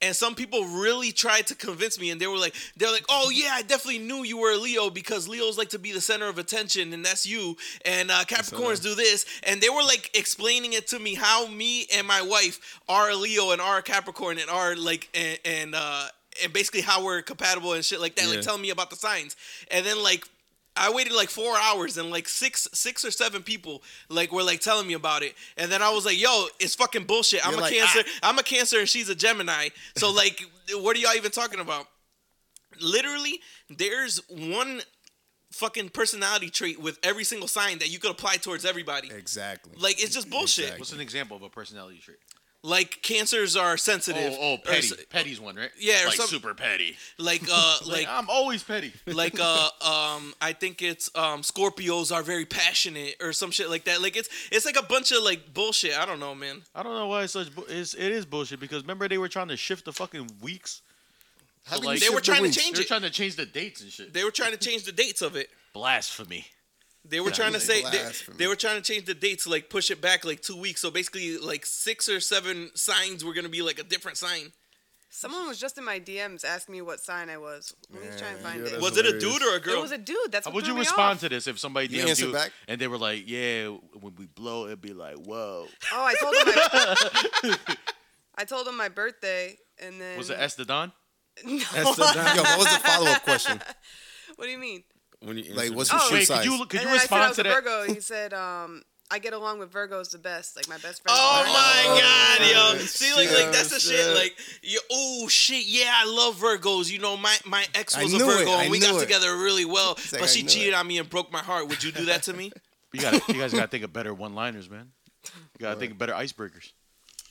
And some people really tried to convince me and they were like they're like, "Oh yeah, I definitely knew you were a Leo because Leos like to be the center of attention and that's you and uh, Capricorns do this." And they were like explaining it to me how me and my wife are a Leo and are a Capricorn and are like and, and uh and basically how we're compatible and shit like that. Like
Yeah.
tell me about the signs. And then like I waited like four hours and like six six or seven people like were like telling me about it. And then I was like, yo, it's fucking bullshit. I'm
You're
a
like,
cancer.
"Ah."
I'm a cancer and she's a Gemini. So like what are y'all even talking about? Literally, there's one fucking personality trait with every single sign that you could apply towards everybody.
Exactly.
Like it's just bullshit.
Exactly.
What's an example of a personality trait?
Like cancers are sensitive.
Oh, oh,
or
petty.
s-
Petty's one, right?
Yeah, or
like
some-
super petty.
like uh like
Like I'm always petty.
like uh um I think it's um Scorpios are very passionate or some shit like that. Like it's it's like a bunch of like bullshit. I don't know, man.
I don't know why it's such. Bu- it's, it is bullshit because remember they were trying to shift the fucking weeks.
How
So,
can
like,
They
you
were
shift the
trying to
weeks?
change
They're
it.
trying to change the dates and shit.
They were trying to change the dates of it.
Blasphemy.
They were trying to say they,
Blasphemy.
they were trying to change the dates, like push it back like two weeks. So basically, like six or seven signs were gonna be like a different sign.
Someone was just in my DMs asking me what sign I was. Let me try and find
yeah,
it.
that's
Was it a
hilarious.
dude or a
It
girl?
was a dude. That's
How
what
would
threw me
you respond
off.
to this if somebody
You
DMs
answer
you
back?
and they were like, "Yeah, when we blow, it'd be like, whoa."
Oh, I told him. My, I told him my birthday, and then
Was it S the Don?
That's the
Yo, what was the follow up question?
What do you mean?
When you
Like,
answer
what's
that.
your
Oh,
shoe
Wait, could
size?
you could
and
you
then I
respond
said
to
I was a
that?
Virgo. He said, um, "I get along with Virgos the best. Like my best friend."
Oh my
oh,
god, yo!
shit.
See, like, like that's the shit.
Yeah.
Like, yo, oh shit, yeah, I love Virgos. You know, my my ex
I
was a
knew it,
Virgo,
I
and we
knew
got
it.
together really well.
like,
But
I
she
knew
cheated
it.
on me and broke my heart. Would you do that to me?
You, gotta, you guys gotta think of better one-liners, man. You gotta think of better icebreakers.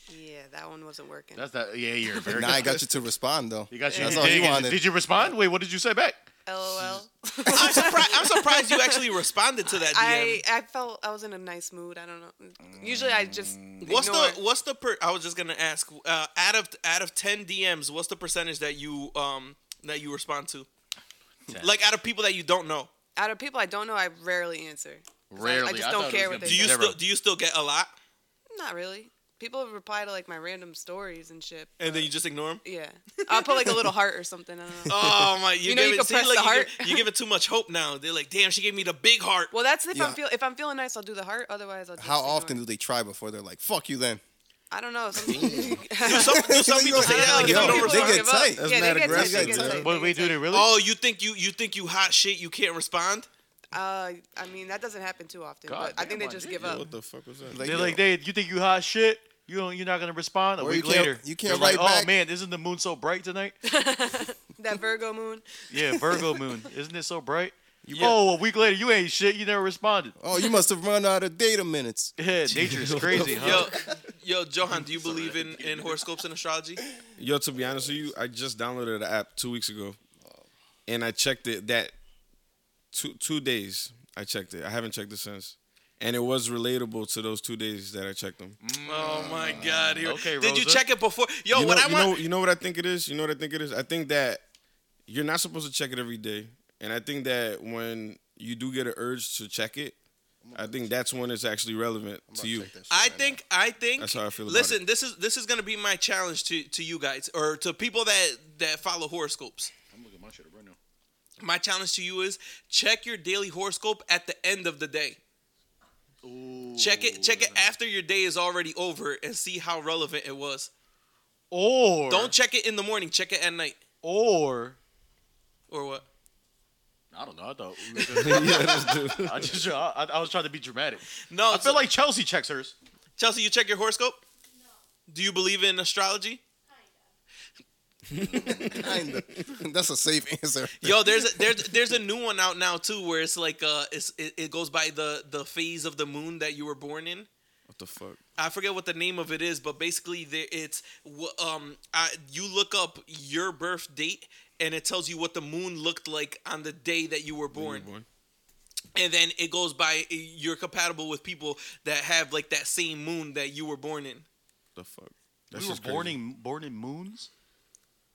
Yeah, that one wasn't working.
That's that. Yeah, you're very.
Nah, I got you to respond though.
You got your
That's
you
all he
dig.
wanted.
Did you respond? Wait, what did you say back?
LOL.
I'm surprised. I'm surprised you actually responded to that DM.
I I felt I was in a nice mood. I don't know. Usually I just
Mm. what's
ignore.
the what's the per? I was just gonna ask. Uh, out of out of ten DMs, what's the percentage that you um that you respond to?
Ten.
Like out of people that you don't know,
out of people I don't know. I rarely answer. 'Cause I- I,
Rarely.
just
I
don't
thought it
care
was
what
gonna
do
they
you
say.
Zero.
still do you still get a lot,
Not really. People reply to like my random stories and shit.
and then
but-
you just ignore them?
yeah, I'll put like a little heart or something. I don't know.
Oh my! You,
You know
give
you
it,
can
see,
press
like,
the
you give-
heart.
you give it too much hope now. They're like, damn, she gave me the big heart.
Well, that's if
Yeah.
I'm feel if I'm feeling nice, I'll do the heart. Otherwise, I'll. Just
How
ignore
often
it.
do they try before they're like, "Fuck you"? Then
I don't know. Something.
Some, do some people say that like if
Yo,
you don't
they
respond.
get tight.
Yeah, they get tight.
mad
They
aggressive,
get
dude.
tight.
Wait, wait, dude, really?
Oh, you think you you think you hot shit? You can't respond.
Uh, I mean that doesn't happen too often.
God
but I think
damn,
they
I
just
did.
give
Yo,
up.
What the fuck was that?
Like,
They're
yo,
like, they, you think you hot shit? You don't, you're not gonna respond. A
Or you
week
can't-
later,
you can't
they're like,
write back.
Oh man, isn't the moon so bright tonight?
That Virgo moon.
yeah, Virgo moon, isn't it so bright? Oh, a week later, you ain't shit. You never responded.
"Oh, you must have run out of data minutes."
Yeah, nature is crazy, huh?
Yo, yo, Johan, do you believe in in horoscopes and astrology?
Yo, to be honest with you, I just downloaded the app two weeks ago, and I checked it that two two days. I checked it. I haven't checked it since, and it was relatable to those two days that I checked them.
Oh my god! Here,
Okay,
did you
Rosa.
check it before? Yo,
you know,
Oh, what I
you
want.
know, you know what I think it is. You know what I think it is. I think that you're not supposed to check it every day, and I think that when you do get an urge to check it, I think that's when it's actually relevant to you.
I think I think
That's how I feel about
Listen,
it.
this is this is gonna be my challenge to to you guys or to people that that follow horoscopes.
I'm looking at my shit up right now.
My challenge to you is check your daily horoscope at the end of the day. check it check it after your day is already over and see how relevant it was.
Or
Don't check it in the morning, check it at night
Or
or what?
I don't know. I thought. We were good. I just I, I was trying to be dramatic.
No,
I feel like Chelsea checks hers.
Chelsea, you check your horoscope? Do you believe in astrology?
Kinda. That's a safe answer.
Yo, there's a, there's there's a new one out now too where it's like uh it's it, it goes by the the phase of the moon that you were born in.
What the fuck?
I forget what the name of it is, but basically there it's w- um I, you look up your birth date and it tells you what the moon looked like on the day that you were born.
born.
And then it goes by you're compatible with people that have like that same moon that you were born in.
The fuck?
we were born in born in moons.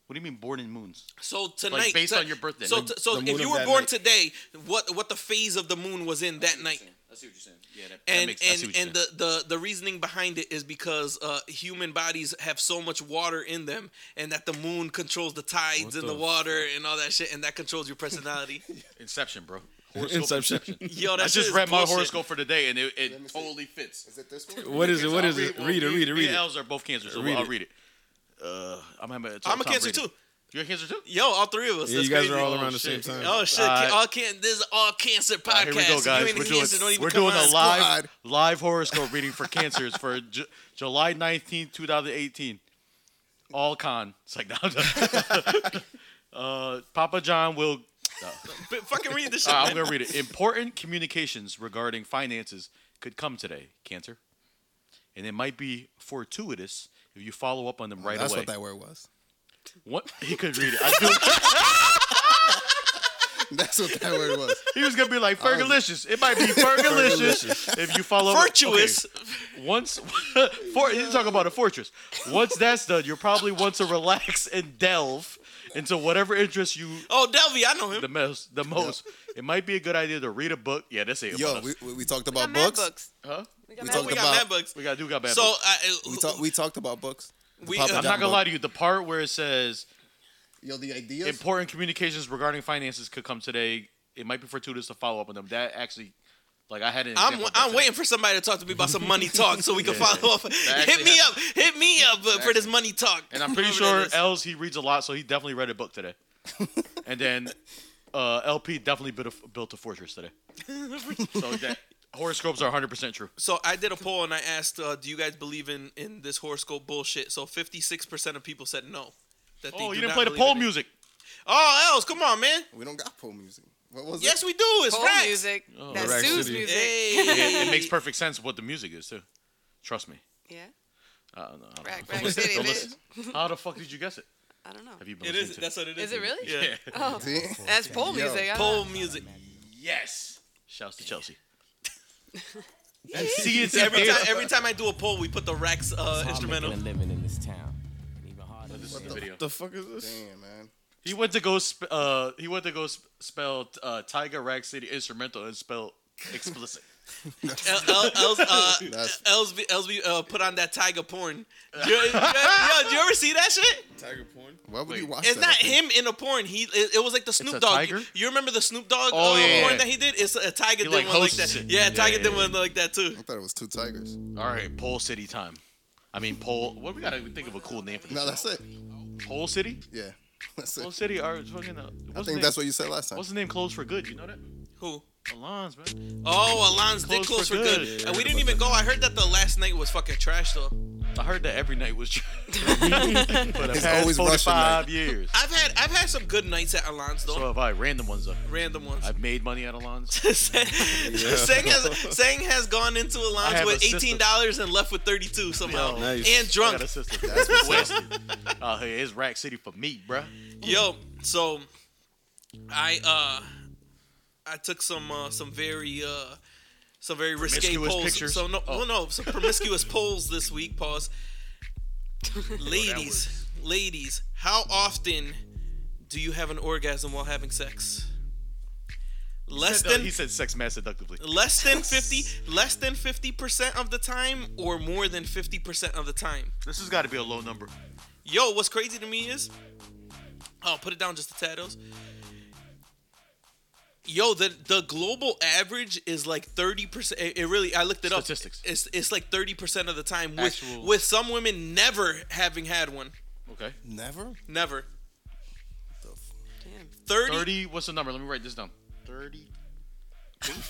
What do you mean born in moons?
So tonight,
based
to-
on your birthday.
So,
Like,
t- so
the
if
moon
you
of
were
that
born
night.
today, what what the phase of the moon was in that night?
I see what you're saying. Yeah, that,
and and and the, the the reasoning behind it is because uh, human bodies have so much water in them, and that the moon controls the tides
What
and the
the
water and all that shit, and that controls your personality.
Inception, bro.
Inception.
Yo, that
I
shit is
just read my
bullshit.
horoscope for today, and it,
me
it
see.
totally fits.
Is it this one?
What is it? What is
I'll
it?
well,
Read it.
me-
Read it.
me
Read
and
it.
Els are both cancer, so
Read
I'll
it.
read it. Uh, I'm having a tough
I'm a
time
cancer
reading.
too.
You're a cancer too.
Yo, all three of us.
Yeah,
That's
you guys
crazy.
are all
Oh,
around the same
shit.
time.
Oh shit!
Uh,
all can this is all cancer
Ah,
podcast.
here we go, guys.
You and
We're
cancer don't
doing,
even
we're
come
doing a
on.
live
God.
live horoscope reading for cancers for Ju- July 19th, 2018. All con. It's like, no, no. uh, Papa John will.
But fucking read this shit.
Uh,
man.
I'm going to read it. Important communications regarding finances could come today, Cancer. And it might be fortuitous if you follow up on them right
Oh, That's
away.
what that word was.
What? He could read it. I knew-
That's what that word was.
he was going to be
Oh.
like, Fergalicious. It might be Fergalicious if you follow up.
Virtuous.
Okay. Once, for, you talk about a fortress. Once that's done, you'll probably want to relax and delve into whatever interest you
Oh, Delvey, I know him.
the most. The most, it might be a good idea to read a book. Yeah, that's it.
Yo, we, we, we talked
We
about
got mad
books.
books.
huh?
We
We
got mad
talked
we
books.
got
about-
mad bugs.
We got do got bad.
So
books.
uh,
We, talk, we talked about books.
We,
Papa
uh,
I'm not gonna
Jumbo.
lie to you. The part where it says
Yo, the ideas.
important communications regarding finances could come today. It might be fortuitous to follow up on them. That actually, like, I had an.
I'm,
example of that
I'm
today.
waiting for somebody to talk to me about some money talk so we can follow up. Hit
actually
me up. Hit me up uh, for this
actually-
money talk.
And I'm pretty
Whatever
sure
that is.
Els he reads a lot, so he definitely read a book today. and then uh, LP definitely built a, built a fortress today. so that horoscopes are 100 percent true.
So I did a poll and I asked, uh, do you guys believe in, in this horoscope bullshit? So 56% of people said no. That they
Oh,
do
you didn't
not
play the
believe in
poll
it.
music.
Oh, Els, come on, man.
We don't got pole music. What was
Yes,
it?
we do. It's
Pole
facts.
music. that
Rack
Sue's
City.
music.
Hey.
It, it makes perfect sense what the music is too. Trust me.
Yeah.
I don't know. I don't know.
Rack,
Don't
rack
listen-
city,
don't
bitch.
listen. How the fuck did you guess it?
I don't know.
Have you been
It
listening
is.
to
That's what it is.
Is it really?
Yeah.
Oh,
Damn.
that's pole
Yo.
music. I don't know.
Pole music.
Yes. Shouts to Chelsea.
Every time, every time I do a poll, we put the Rex uh, instrumental.
living in this town. And even harder
This
to
is the video.
the fuck is this?
Damn, man.
He went to go. Sp- uh, he went to go sp- spell uh, Tiger Rack City instrumental and spell explicit.
El- El- Els, uh,
That's-
LSB, LSB uh, put on that tiger porn. Do you, do you- yo, do you ever see that shit?
Tiger porn.
Why would you
Wait.
watch
It's
that?
not
I think?
him in a porn. He it, it was like the
a
Snoop Dogg. You,
tiger?
you remember the Snoop Dogg
Oh,
uh,
yeah,
porn
yeah.
that he did? It's a tiger did
like,
one like
hosts
that.
it.
Yeah,
Yeah,
tiger
yeah,
did
yeah.
one like that too.
I thought it was two tigers.
All right, Pole City time. I mean, Pole. What we gotta think of a cool name for this?
No, that's it.
Pole City.
Yeah, that's
Pole
it.
City. Are fucking. Uh,
I
what's the
think
name-
that's what you said last time.
What's the name? Close for good. You know that?
Who?
Alon's man.
Oh, Alon's did close
Close
for
for
good,
Good.
and we didn't even go. I heard that the last night was fucking trash though.
I heard that every night was. for the past
always Russian
forty-five
night.
years.
I've had I've had some good nights at Alon's though.
So have I. Random ones though.
Random ones.
I've made money at Alon's.
Sang has Sang has gone into a
I
lounge
have
with
a sister.
eighteen dollars and left with thirty two somehow,
Yo.
Nice.
and
I
drunk.
got a sister. That's Wesley. Oh, hey, it's Rack City for me, bruh.
Yo, so I uh I took some uh some very uh some very risque
Promiscuous
polls.
pictures?
So no
Oh.
no no some promiscuous polls this week. Pause. ladies, ladies, how often do you have an orgasm while having sex? Less
Said, uh,
than
he said sex mass seductively.
less than 50 less than 50% of the time or more than 50% of the time
This has got to be a low number.
yo what's crazy to me is oh put it down just the tattoos yo the the global average is like 30% it, it really i looked it
Statistics.
up it's it's like 30% of the time with
Actual-
with some women never having had one
Okay.
Never.
never
Damn.
30,
30, what's the number? Let me write this down. 30.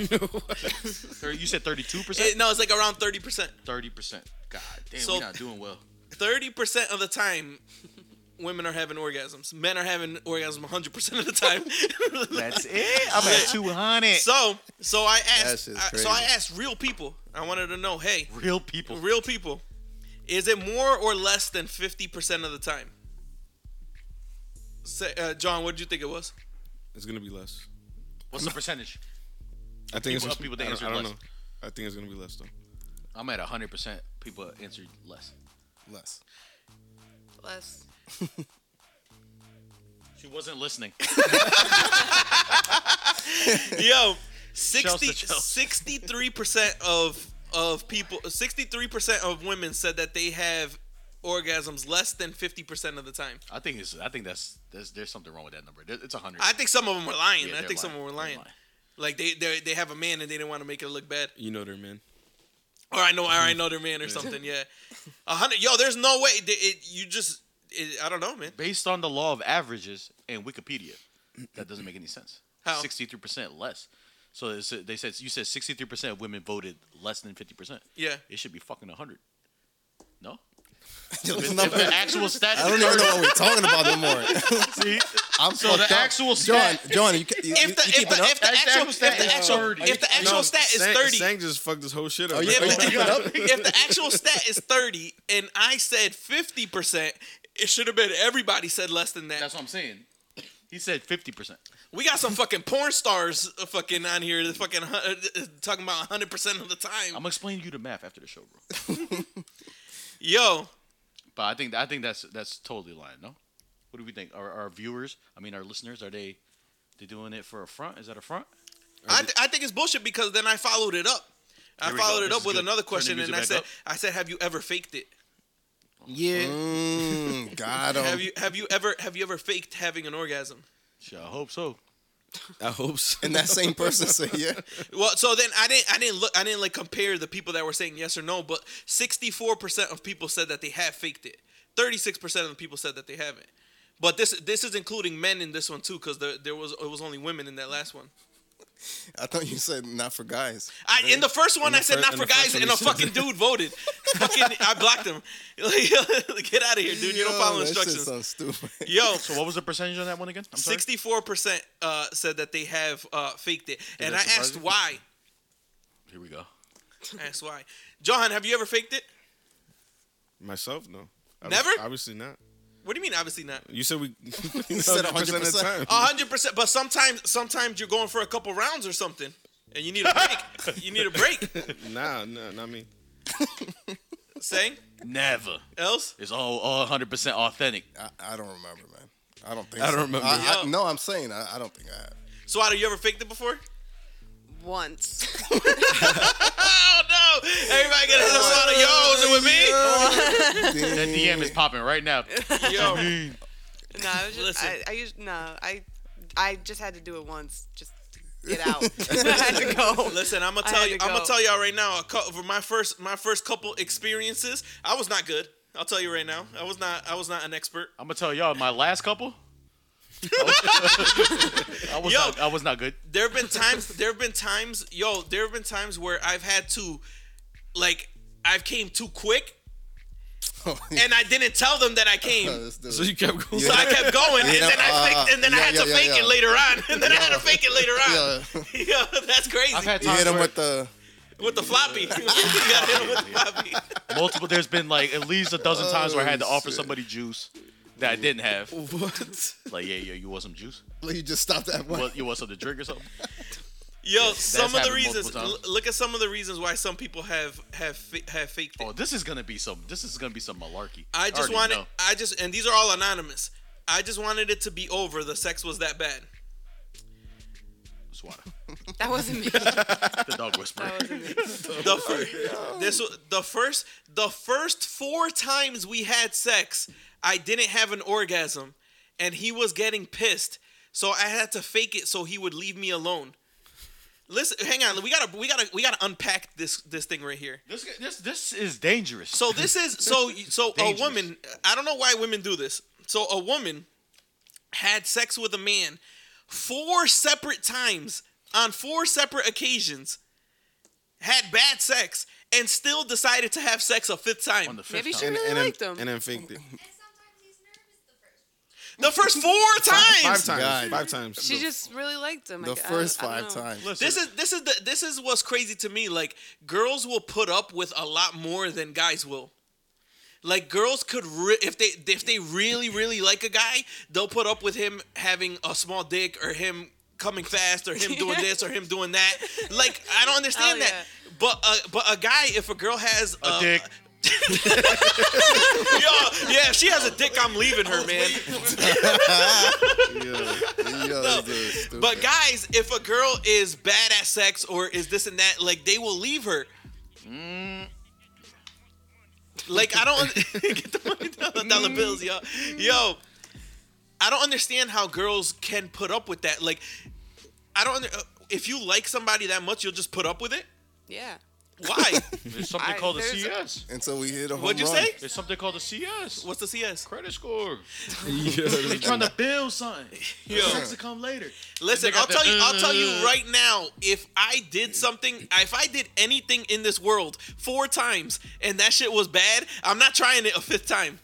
30 you said 32%?
it- no it's like around 30%
30%. God damn,
So-
we're not doing well.
thirty percent of the time, women are having orgasms. Men are having orgasms one hundred percent of the time.
That's it. I'm at 200.
so, so I
That
asked.
shit's
I-
crazy.
so I asked real people. I wanted to know, hey,
Real people.
real people, is it more or less than fifty percent of the time? Say, uh, John, what did you think it was?
It's gonna be less.
What's the percentage?
I think
People-
it's
people that
I don't-
answered
I don't
less.
know. I think it's gonna be less though.
I'm at 100%. People answered less.
Less.
Plus,
She wasn't listening.
Yo,
Chelsea, Chelsea.
63 percent of of people, sixty three percent of women said that they have orgasms less than fifty percent of the time.
I think it's. I think that's. There's, there's something wrong with that number. There- It's 100.
I think some of them were lying.
Yeah,
I
they're
think some of
lying.
them were
They're
lying. Like they, they they have a man and they didn't want to make it look bad.
You know their man.
Or I know or
Hmm.
I know their man or something. Yeah, a hundred. Yo, there's no way. They, it, you just it, I don't know, man.
Based on the law of averages and Wikipedia, that doesn't make any sense.
How?
63% less. So it's, they said you said 63% of women voted less than 50%.
Yeah.
It should be fucking 100. No?
Yo,
If,
this
if
number-
the actual stat
I don't even know what we're talking about no more.
See?
I'm
So the
fucked up. John,
actual stat.
John, you, ca- you, you,
If the,
you
if the,
keeping up?
if the
That's
actual
actual
if
stat
the
is
actual
30.
if the actual Oh, stat is
Sang,
thirty.
Sang just fucked this whole shit up.
Oh,
right?
yeah.
if,
Are you keeping up?
the, if the actual stat is thirty and I said fifty percent, it should have been everybody said less than that.
That's what I'm saying. He said 50%.
We got some fucking porn stars uh, fucking on here. That fucking hun- uh, uh, talking about hundred percent of the time.
I'm explaining you the math after the show, bro.
Yo,
But I think I think that's that's totally lying, no? What do we think? Our, our viewers, I mean our listeners, are they they doing it for a front? Is that a front?
I, th- I think it's bullshit because then I followed it up. I
Here we go.
followed it
This
up
is
with
good.
another
Turn the
question,
music
and I
back
said,
up.
I said, have you ever faked it?
Yeah.
Mm, got him.
Um,
have you have you ever have you ever faked having an orgasm?
Shit, I hope so.
I hope so.
and that same person said, yeah.
Well, so then I didn't I didn't look I didn't like compare the people that were saying yes or no, but 64% of people said that they have faked it. 36% of the people said that they haven't. But this this is including men in this one too cuz there, there was it was only women in that last one.
I thought you said not for guys.
I, in the first one,
the
I said
fir-
not
in
for
the first
guys,
one,
and
you
a
said
fucking dude voted. fucking, I blocked him. Like, get out of here, dude. You don't
Yo,
follow
that shit
instructions.
sounds stupid.
Yo,
So what was the percentage on that one again? I'm sorry.
sixty-four percent uh, said that they have uh, faked it, and I
that surprise
asked
you?
why.
Here we go.
I asked why. Johan, have you ever faked it?
Myself, no. Obvi-
Never?
Obviously not.
What do you mean? Obviously not.
You said we. you
said
100% of the
100%.
time.
A hundred percent. But sometimes, sometimes you're going for a couple rounds or something, and you need a break. you need a break.
Nah, nah, not me.
Saying
Never.
else.
It's all all 100% authentic.
I, I don't remember, man. I don't think
I don't
so.
remember.
I,
Yo.
I, no, I'm saying I, I don't think I have.
Swada, you ever faked it before?
Once.
Oh no! Everybody get a little Swada. Yo, is it with me?
That DM is popping right now.
Yo,
No, I was just,
Listen.
I, I used no, I, I just had to do it once, just to get out. I had to go.
listen, I'm gonna
I
tell
had
you,
to
I'm gonna
go.
tell y'all right now. A couple, for my first, my first couple experiences, I was not good. I'll tell you right now, I was not, I was not an expert.
I'm gonna tell y'all my last couple. I was
Yo.
not, I was not good.
There have been times, there have been times, yo, there have been times where I've had to, like, I've came too quick,
Oh,
and I didn't tell them that I came.
This dude.
So you kept going.
So I kept going, and
Yeah,
then I
uh,
faked, and then I
yeah,
had to
yeah,
fake
yeah,
it
yeah.
later on, and then I had to fake it later on.
Yeah.
Yo, that's crazy.
I've had
You
times
hit him
where
with the.
with the floppy. You gotta hit 'em with the Oh, floppy.
multiple. There's been like at least a dozen times where I had to offer somebody juice that I didn't have.
What?
Like yeah, yeah, you want some juice?
you just stopped at
You
one.
want, you want something to drink or something?
Yo, some of the
happened
reasons.
multiple
l-
times.
look at some of the reasons why some people have have fa- have faked it.
Oh, this is gonna be some. This is gonna be some malarkey.
I just
already
wanted.
know.
I just and these are all anonymous. I just wanted it to be over. The sex was that bad.
Swat.
That wasn't me.
The dog whisperer.
That wasn't
The first,
me.
this wa- the first the first four times we had sex, I didn't have an orgasm, and he was getting pissed, so I had to fake it so he would leave me alone. Listen, hang on. We gotta we gotta we gotta unpack this this thing right here.
This this this is dangerous.
So this is so so a
Dangerous.
woman. I don't know why women do this. So a woman had sex with a man four separate times on four separate occasions, had bad sex, and still decided to have sex a fifth
on
time.
the fifth
Maybe she
time.
and,
really
and
liked
then,
them.
and then faked it.
And sometimes he's nervous the first
The first four
Five
times.
times.
God.
Five times.
she just really liked him. I
The
gu- I
first
don't- I
five
don't know.
times.
Listen,
This is this is the this is what's crazy to me. Like girls will put up with a lot more than guys will. Like girls could re- if they if they really really like a guy, they'll put up with him having a small dick or him coming fast or him doing this or him doing that. Like I don't understand
Oh,
that. But uh, but a guy if a girl has
a dick.
yo, yeah, if she has a dick, I'm leaving her, man.
Yo, this dude is stupid.
But guys, if a girl is bad at sex or is this and that, like they will leave her. Mm. Like I don't get the money dollar, dollar bills, yo, yo. I don't understand how girls can put up with that. Like, I don't. Under, uh, if you like somebody that much, you'll just put up with it.
Yeah.
Why?
There's something
I-
called a
there's-
CS.
Until we hit a home
What'd you
run.
say?
There's something called a CS.
What's the CS?
Credit score.
Yeah.
They trying to build something.
Yo.
Sex to come later.
Listen,
They
I'll
got
tell
the,
you. I'll tell you
uh,
right now. If I did something, if I did anything in this world four times and that shit was bad, I'm not trying it a fifth time.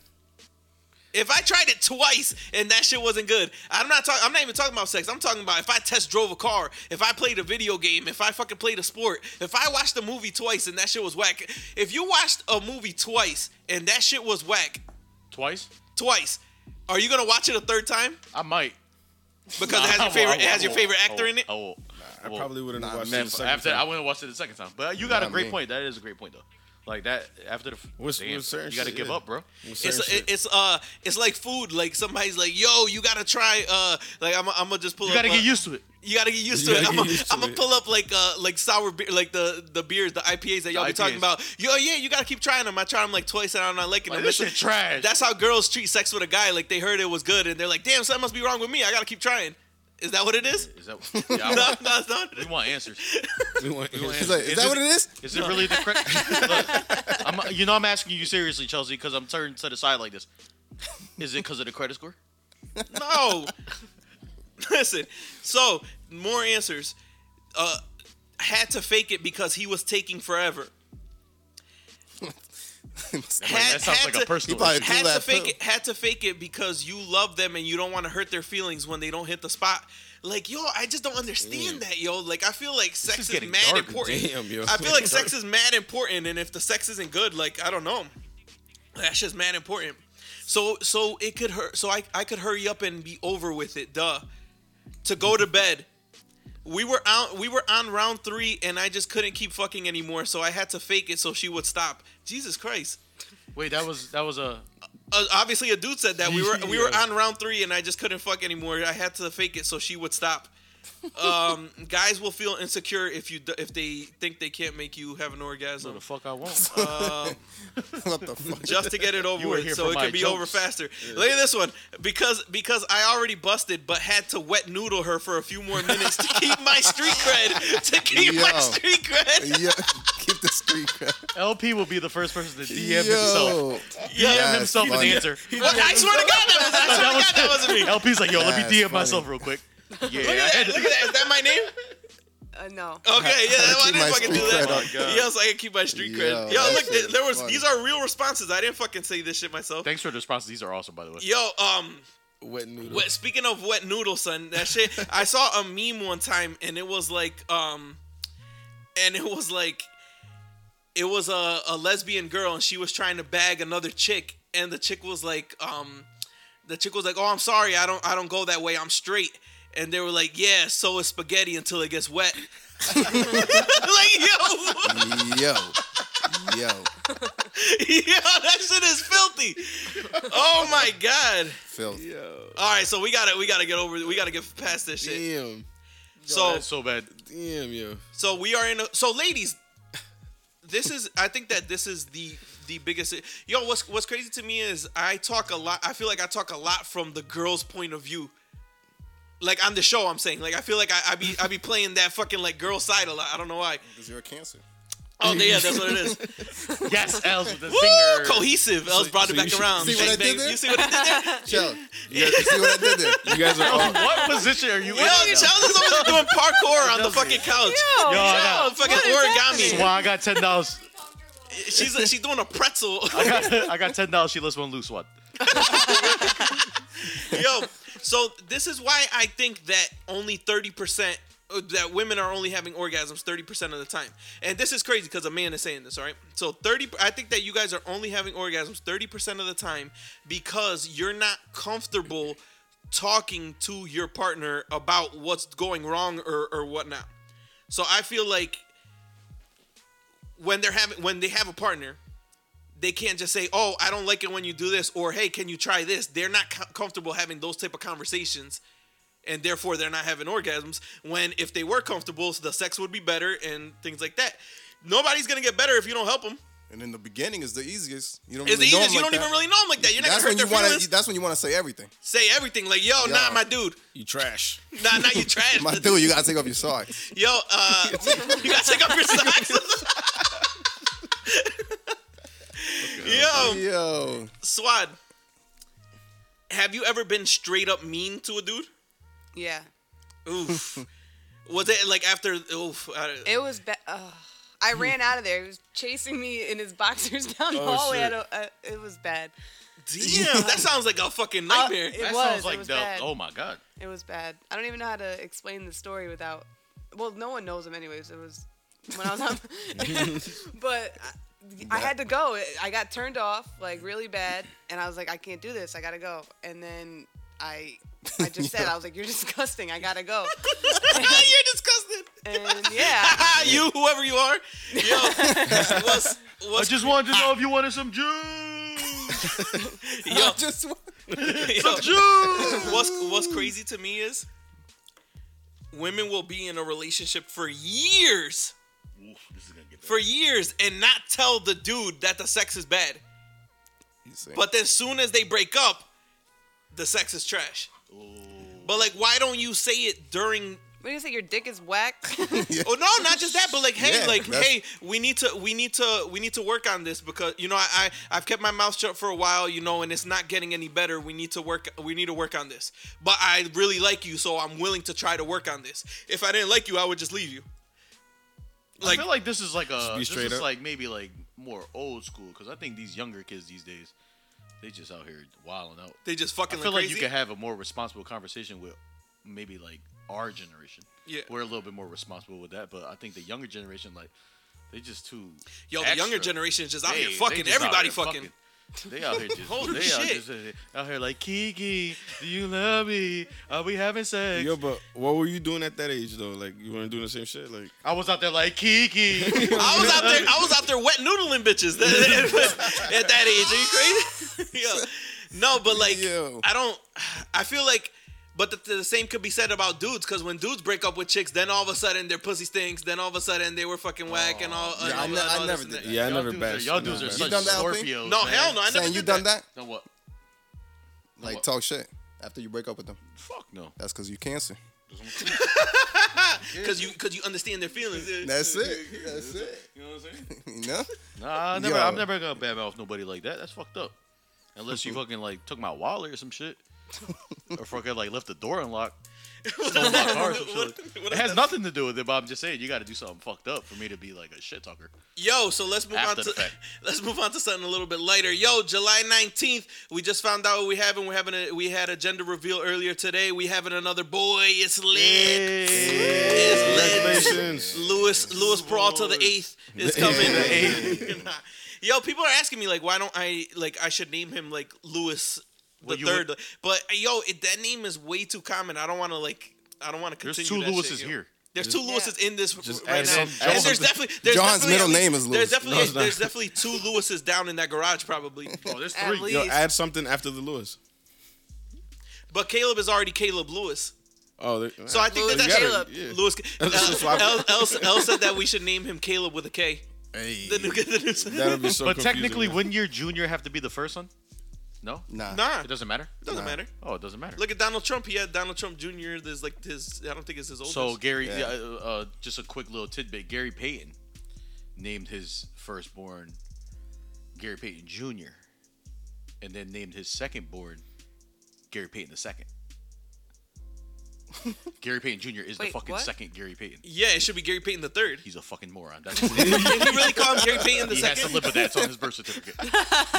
If I tried it twice and that shit wasn't good, I'm not talking. I'm not even talking about sex. I'm talking about if I test drove a car, if I played a video game, if I fucking played a sport, if I watched a movie twice and that shit was whack. If you watched a movie twice and that shit was whack,
Twice.
twice, are you gonna watch it a third time
I might.
because it has your favorite? It has your favorite actor in it.
I will.
I probably wouldn't have watched it
Man,
the
f-
second
after
time.
I went and watched it the second time, but you got
Nah,
a great
me.
point. That is a great point though. Like that after the f-
With-
damn,
with certain
you got to
shit,
give
yeah.
up, bro.
It's
Certain shit.
it's uh it's like food. Like somebody's like, "Yo, you gotta try." Uh, like I'm I'm gonna just pull
You
up.
got to
uh,
get used to it.
You gotta get used
You
to it.
gotta
I'm
get
gonna
used to it.
pull up like uh like sour beer, like the the beers, the IPAs that y'all
The
be talking
IPAs.
about. Yo, yeah, you gotta keep trying them. I try them like twice and I'm not liking
Like,
them.
this
That's-
shit trash.
That's how girls treat sex with a guy. Like they heard it was good and they're like, damn, something must be wrong with me. I gotta keep trying. Is that what it is?
Is that? Yeah, I
No,
want-
no, it's not.
we want answers.
We want- we want-
He's like, is that what it is?
Is it really the correct? Look, I'm, you know, I'm asking you seriously, Chelsea, because I'm turned to the side like this. Is it because of the credit score?
No. Listen. So more answers. Uh, had to fake it because he was taking forever.
Like, that sounds like a personal.
probably-
issue.
Do
had to
that
fake
too.
it had to fake it because you love them and you don't want to hurt their feelings when they don't hit the spot like yo i just don't
Mm.
understand that yo like i feel like sex
is
is,
getting
mad
dark.
important
Damn, yo.
i feel like sex is mad important and if the sex isn't good like i don't know that's just mad important so so it could hurt so i i could hurry up and be over with it duh to go to bed we were out we were on round three and i just couldn't keep fucking anymore so i had to fake it so she would stop jesus christ
Wait, that was that was a.
uh, obviously a dude said that we were we were
Yeah.
on round three and I just couldn't fuck anymore. I had to fake it so she would stop. Um, guys will feel insecure if you d- if they think they can't make you have an
What
orgasm
the fuck I want?
What the fuck?
just to get it over
You were
with,
here
so
for
it
my
could be over
jokes.
faster. Look at this one because because I already busted but had to wet noodle her for a few more minutes to keep my street cred to keep my
Yo.
street cred.
Yeah, keep the street crap.
LP will be the first person to DM himself.
Yo,
DM
That's
himself an
funny.
answer.
What? I swear to God, that was I swear to God, that wasn't me. Look
LP's like, yo, let me
That's
DM
funny.
myself real quick. Yeah, I
at
had
that.
to-
Look at that. Is that my name?
Uh, no.
Oh,
Okay, yeah, that, I
keep
didn't
my
fucking do
street
that.
cred
up. Oh my God.
Yeah, so I can keep my street
Yo,
cred. Yo,
that
look,
shit
th-
is
there was
funny.
these are real responses. I didn't fucking say this shit myself.
Thanks for the responses. These are awesome, by the way.
Yo, um,
Wet noodle.
wet, speaking of wet noodle, son, that shit. I saw a meme one time, and it was like, um, and it was like, it was a, a lesbian girl, and she was trying to bag another chick, and the chick was like, um, the chick was like, "Oh, I'm sorry, I don't, I don't go that way. I'm straight." And they were like, "Yeah, so is spaghetti until it gets wet." like, yo, what?
yo, yo.
Yo, that shit is filthy. Oh my god.
Filth.
All right, so we got to we got to get over we got to get past this shit.
Damn.
So
That's so bad.
Damn, yo.
so we are in a, so ladies this is I think that this is the the biggest Yo, what's what's crazy to me is I talk a lot I feel like I talk a lot from the girl's point of view. Like on the show I'm saying. Like I feel like I, I be I be playing that fucking like girl side a lot. I don't know why.
Because you're a cancer.
Oh yeah, that's what it is.
Yes, Els with the
Woo,
singer.
cohesive. Else brought it
so you
back
should-
around.
See what I did
Bang, bang.
there?
You see what I did there?
Chill. You guys- see what I did there?
You guys are all.
what position are you in?
Yo, Charles is over there doing parkour on the fucking couch.
Yo,
Yo, I got-
Oh, fucking
what is
origami.
Swan, I got ten dollars.
She's she's doing a pretzel.
I got, I got ten dollars. She lets one loose one.
Yo, so this is why I think that only 30% uh, that women are only having orgasms 30% of the time. And this is crazy because a man is saying this, all right? So 30 I think that you guys are only having orgasms 30% of the time because you're not comfortable talking to your partner about what's going wrong or or whatnot. So I feel like when they're having when they have a partner, they can't just say, "Oh, I don't like it when you do this," or "Hey, can you try this?" They're not co- comfortable having those type of conversations, and therefore they're not having orgasms. When if they were comfortable, the sex would be better and things like that. Nobody's gonna get better if you don't help them.
And in the beginning is the easiest. You don't
It's the
really know
easiest.
them
You
like
don't even
that.
really know them like that. You're not
That's
gonna hurt
when
their
you want
feelings.
to. That's when you want to say everything.
Say everything like, "Yo, nah,
Yo.
my dude."
You trash.
Nah, nah, you trash.
My dude, you gotta take off your socks.
Yo, uh, you gotta take off your socks. Yo,
Yo,
Swad, have you ever been straight up mean to a dude?
Yeah.
Oof. Was it like after? Oof. uh, I,
It was bad. I ran out of there. He was chasing me in his boxers down the hallway. I don't, uh, it was bad.
damn, that sounds like a fucking nightmare.
Uh, It
that
was.
sounds like
it was
the.
bad.
Oh my god.
It was bad. I don't even know how to explain the story without. Well, no one knows him anyways. It was when I was on. but I, I had to go. I got turned off like really bad, and I was like, I can't do this. I gotta go. And then I, I just said, I was like, you're disgusting. I gotta go.
You're disgusting.
And yeah,
you, whoever you are, yo, what's
I
what's
just wanted to know if you wanted some juice.
yo,
just
yo,
Juice.
what's what's crazy to me is women will be in a relationship for years,
Oof, this is gonna get
for years, and not tell the dude that the sex is bad. But then, soon as they break up, the sex is trash. But like, why don't you say it during?
What do you say? Your dick is whack.
Oh no, not just that, but like, hey,
Yeah,
like,
that's-
hey, we need to, we need to, we need to work on this because you know, I, I, I've kept my mouth shut for a while, you know, and it's not getting any better. We need to work, we need to work on this. But I really like you, so I'm willing to try to work on this. If I didn't like you, I would just leave you.
I feel like this is like a
be
this
straight
is
up.
like maybe like more old school because I think these younger kids these days they just out here wilding out.
They just
I
fucking
feel
look
like
crazy.
you could have a more responsible conversation with maybe like our generation.
Yeah.
we're a little bit more responsible with that, but I think the younger generation like they just too.
Yo, the
extra.
younger generation is just out
They-
here
they
fucking
just out
everybody
here
fucking.
They out here just,
Holy
they Out,
shit.
just, uh, out here like Kiki, do you love me? Are we having sex?
Yo, but what were you doing at that age though? Like you weren't doing the same shit. Like
I was out there like Kiki.
I was out there. I was out there wet noodling bitches at that age. Are you crazy? Yo. No, but like
Yo.
I don't. I feel like, but the, the same could be said about dudes because when dudes break up with chicks, then all of a sudden their pussy stinks. Then all of a sudden they were fucking whack and all. and
Yeah, I
all
ne-
that,
I
all this
never
and
did
that.
yeah, I
Y'all
never
dudes are-
bashed.
Y'all
I never
dudes are
bashed.
such
done that thing?
Scorpios.
No,
man.
hell no. I never
Saying you
did
done
that.
that?
No what?
Like
what?
talk shit after you break up with them.
Fuck no.
That's because you cancer.
because you because you understand their feelings.
That's it. That's it.
You know what I'm saying?
You know?
Nah, I never,
Yo.
I'm never gonna badmouth nobody like that. That's fucked up. Unless you fucking like took my wallet or some shit, or fucking like left the door unlocked. Stole my car or some shit.
What- what
it
is
has
that?
nothing to do with it, but I'm just saying you got to do something fucked up for me to be like a shit talker.
Yo, so let's move
After
on
the
to
fact.
let's move on to something a little bit lighter. Yo, July nineteenth, we just found out what we having. We're having a we had a gender reveal earlier today. We having another boy. It's lit. It's lit.
Congratulations.
Louis Louis Peralta the eighth is coming. Yo, people are asking me like, why don't I like I should name him like Louis the
Well, you
third? But yo, it, that name is way too common. I don't want to like I don't want to
There's
continue.
two
that shit,
Lewises
yo.
here.
There's two Lewises in this right
add
now,
some- add
and there's
something.
definitely there's
John's
definitely
middle
at least-
name is Lewis.
There's definitely
No, it's not.
there's definitely two Lewises down in that garage probably.
Oh, there's
At
three.
least.
Yo, add something after the Lewis.
But Caleb is already Caleb Lewis,
Oh, they-
so I think
Lewis
that's
gotta-
actually
Caleb.
yeah.
Lewis. El, El, El, El said that we should name him Caleb with a K.
Hey.
The new, the new,
That'll be so
but
confusing,
technically,
yo.
wouldn't your junior have to be the first one? No,
Nah.
nah,
it doesn't matter.
doesn't matter.
Oh, it doesn't matter.
Look at Donald Trump. He had Donald Trump Jr. There's like his. I don't think it's his oldest.
So Gary,
Yeah.
uh, uh, just a quick little tidbit. Gary Payton named his firstborn Gary Payton Jr. and then named his secondborn Gary Payton the second. Gary Payton Jr. is the
Wait,
fucking
what?
second Gary Payton.
yeah, it should be Gary Payton the third.
He's a fucking moron. That's
Can we really call him Gary Payton the
he has to
second?
live with that. It's on his birth certificate.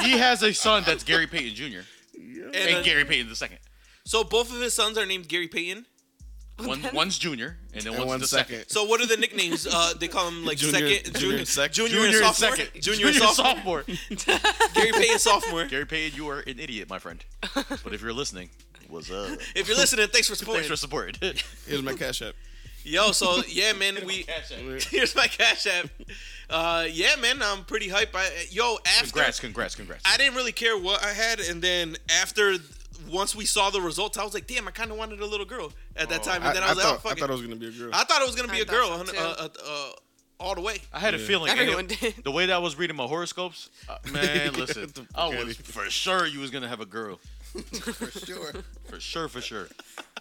he has a son that's Gary Payton Jr.
And,
and
uh,
Gary Payton the second.
so both of his sons are named Gary Payton.
One, one's Junior, and then
And
one's
one
the
second.
So what are the nicknames? Uh, they call him like
Junior-
second,
junior
junior,
and sec-
junior,
Junior,
and
and
sophomore,
second.
junior and sophomore,
sophomore.
Gary Payton sophomore.
Gary Payton, you are an idiot, my friend. But if you're listening, what's up?
If you're listening, thanks for
Thanks
supporting.
for support.
Here's my cash app.
Yo, so yeah, man, we here's my cash app. Uh, yeah, man, I'm pretty hype. I, yo, after
Congrats, congrats, congrats.
I didn't really care what I had, and then after once we saw the results, I was like, damn, I kind of wanted a little girl at that time, and
I,
then I,
I
was like, oh,
thought, I
fuck
thought
it.
it was gonna be a girl.
I thought it was gonna be
I
a girl
thought so,
uh, uh, uh, all the way.
I had a feeling. and
Everyone
it-
did.
The way that I was reading my horoscopes, uh, man, listen,
Get the fuck
I
outta
was for sure you was gonna have a girl,
For sure.
for sure, for sure,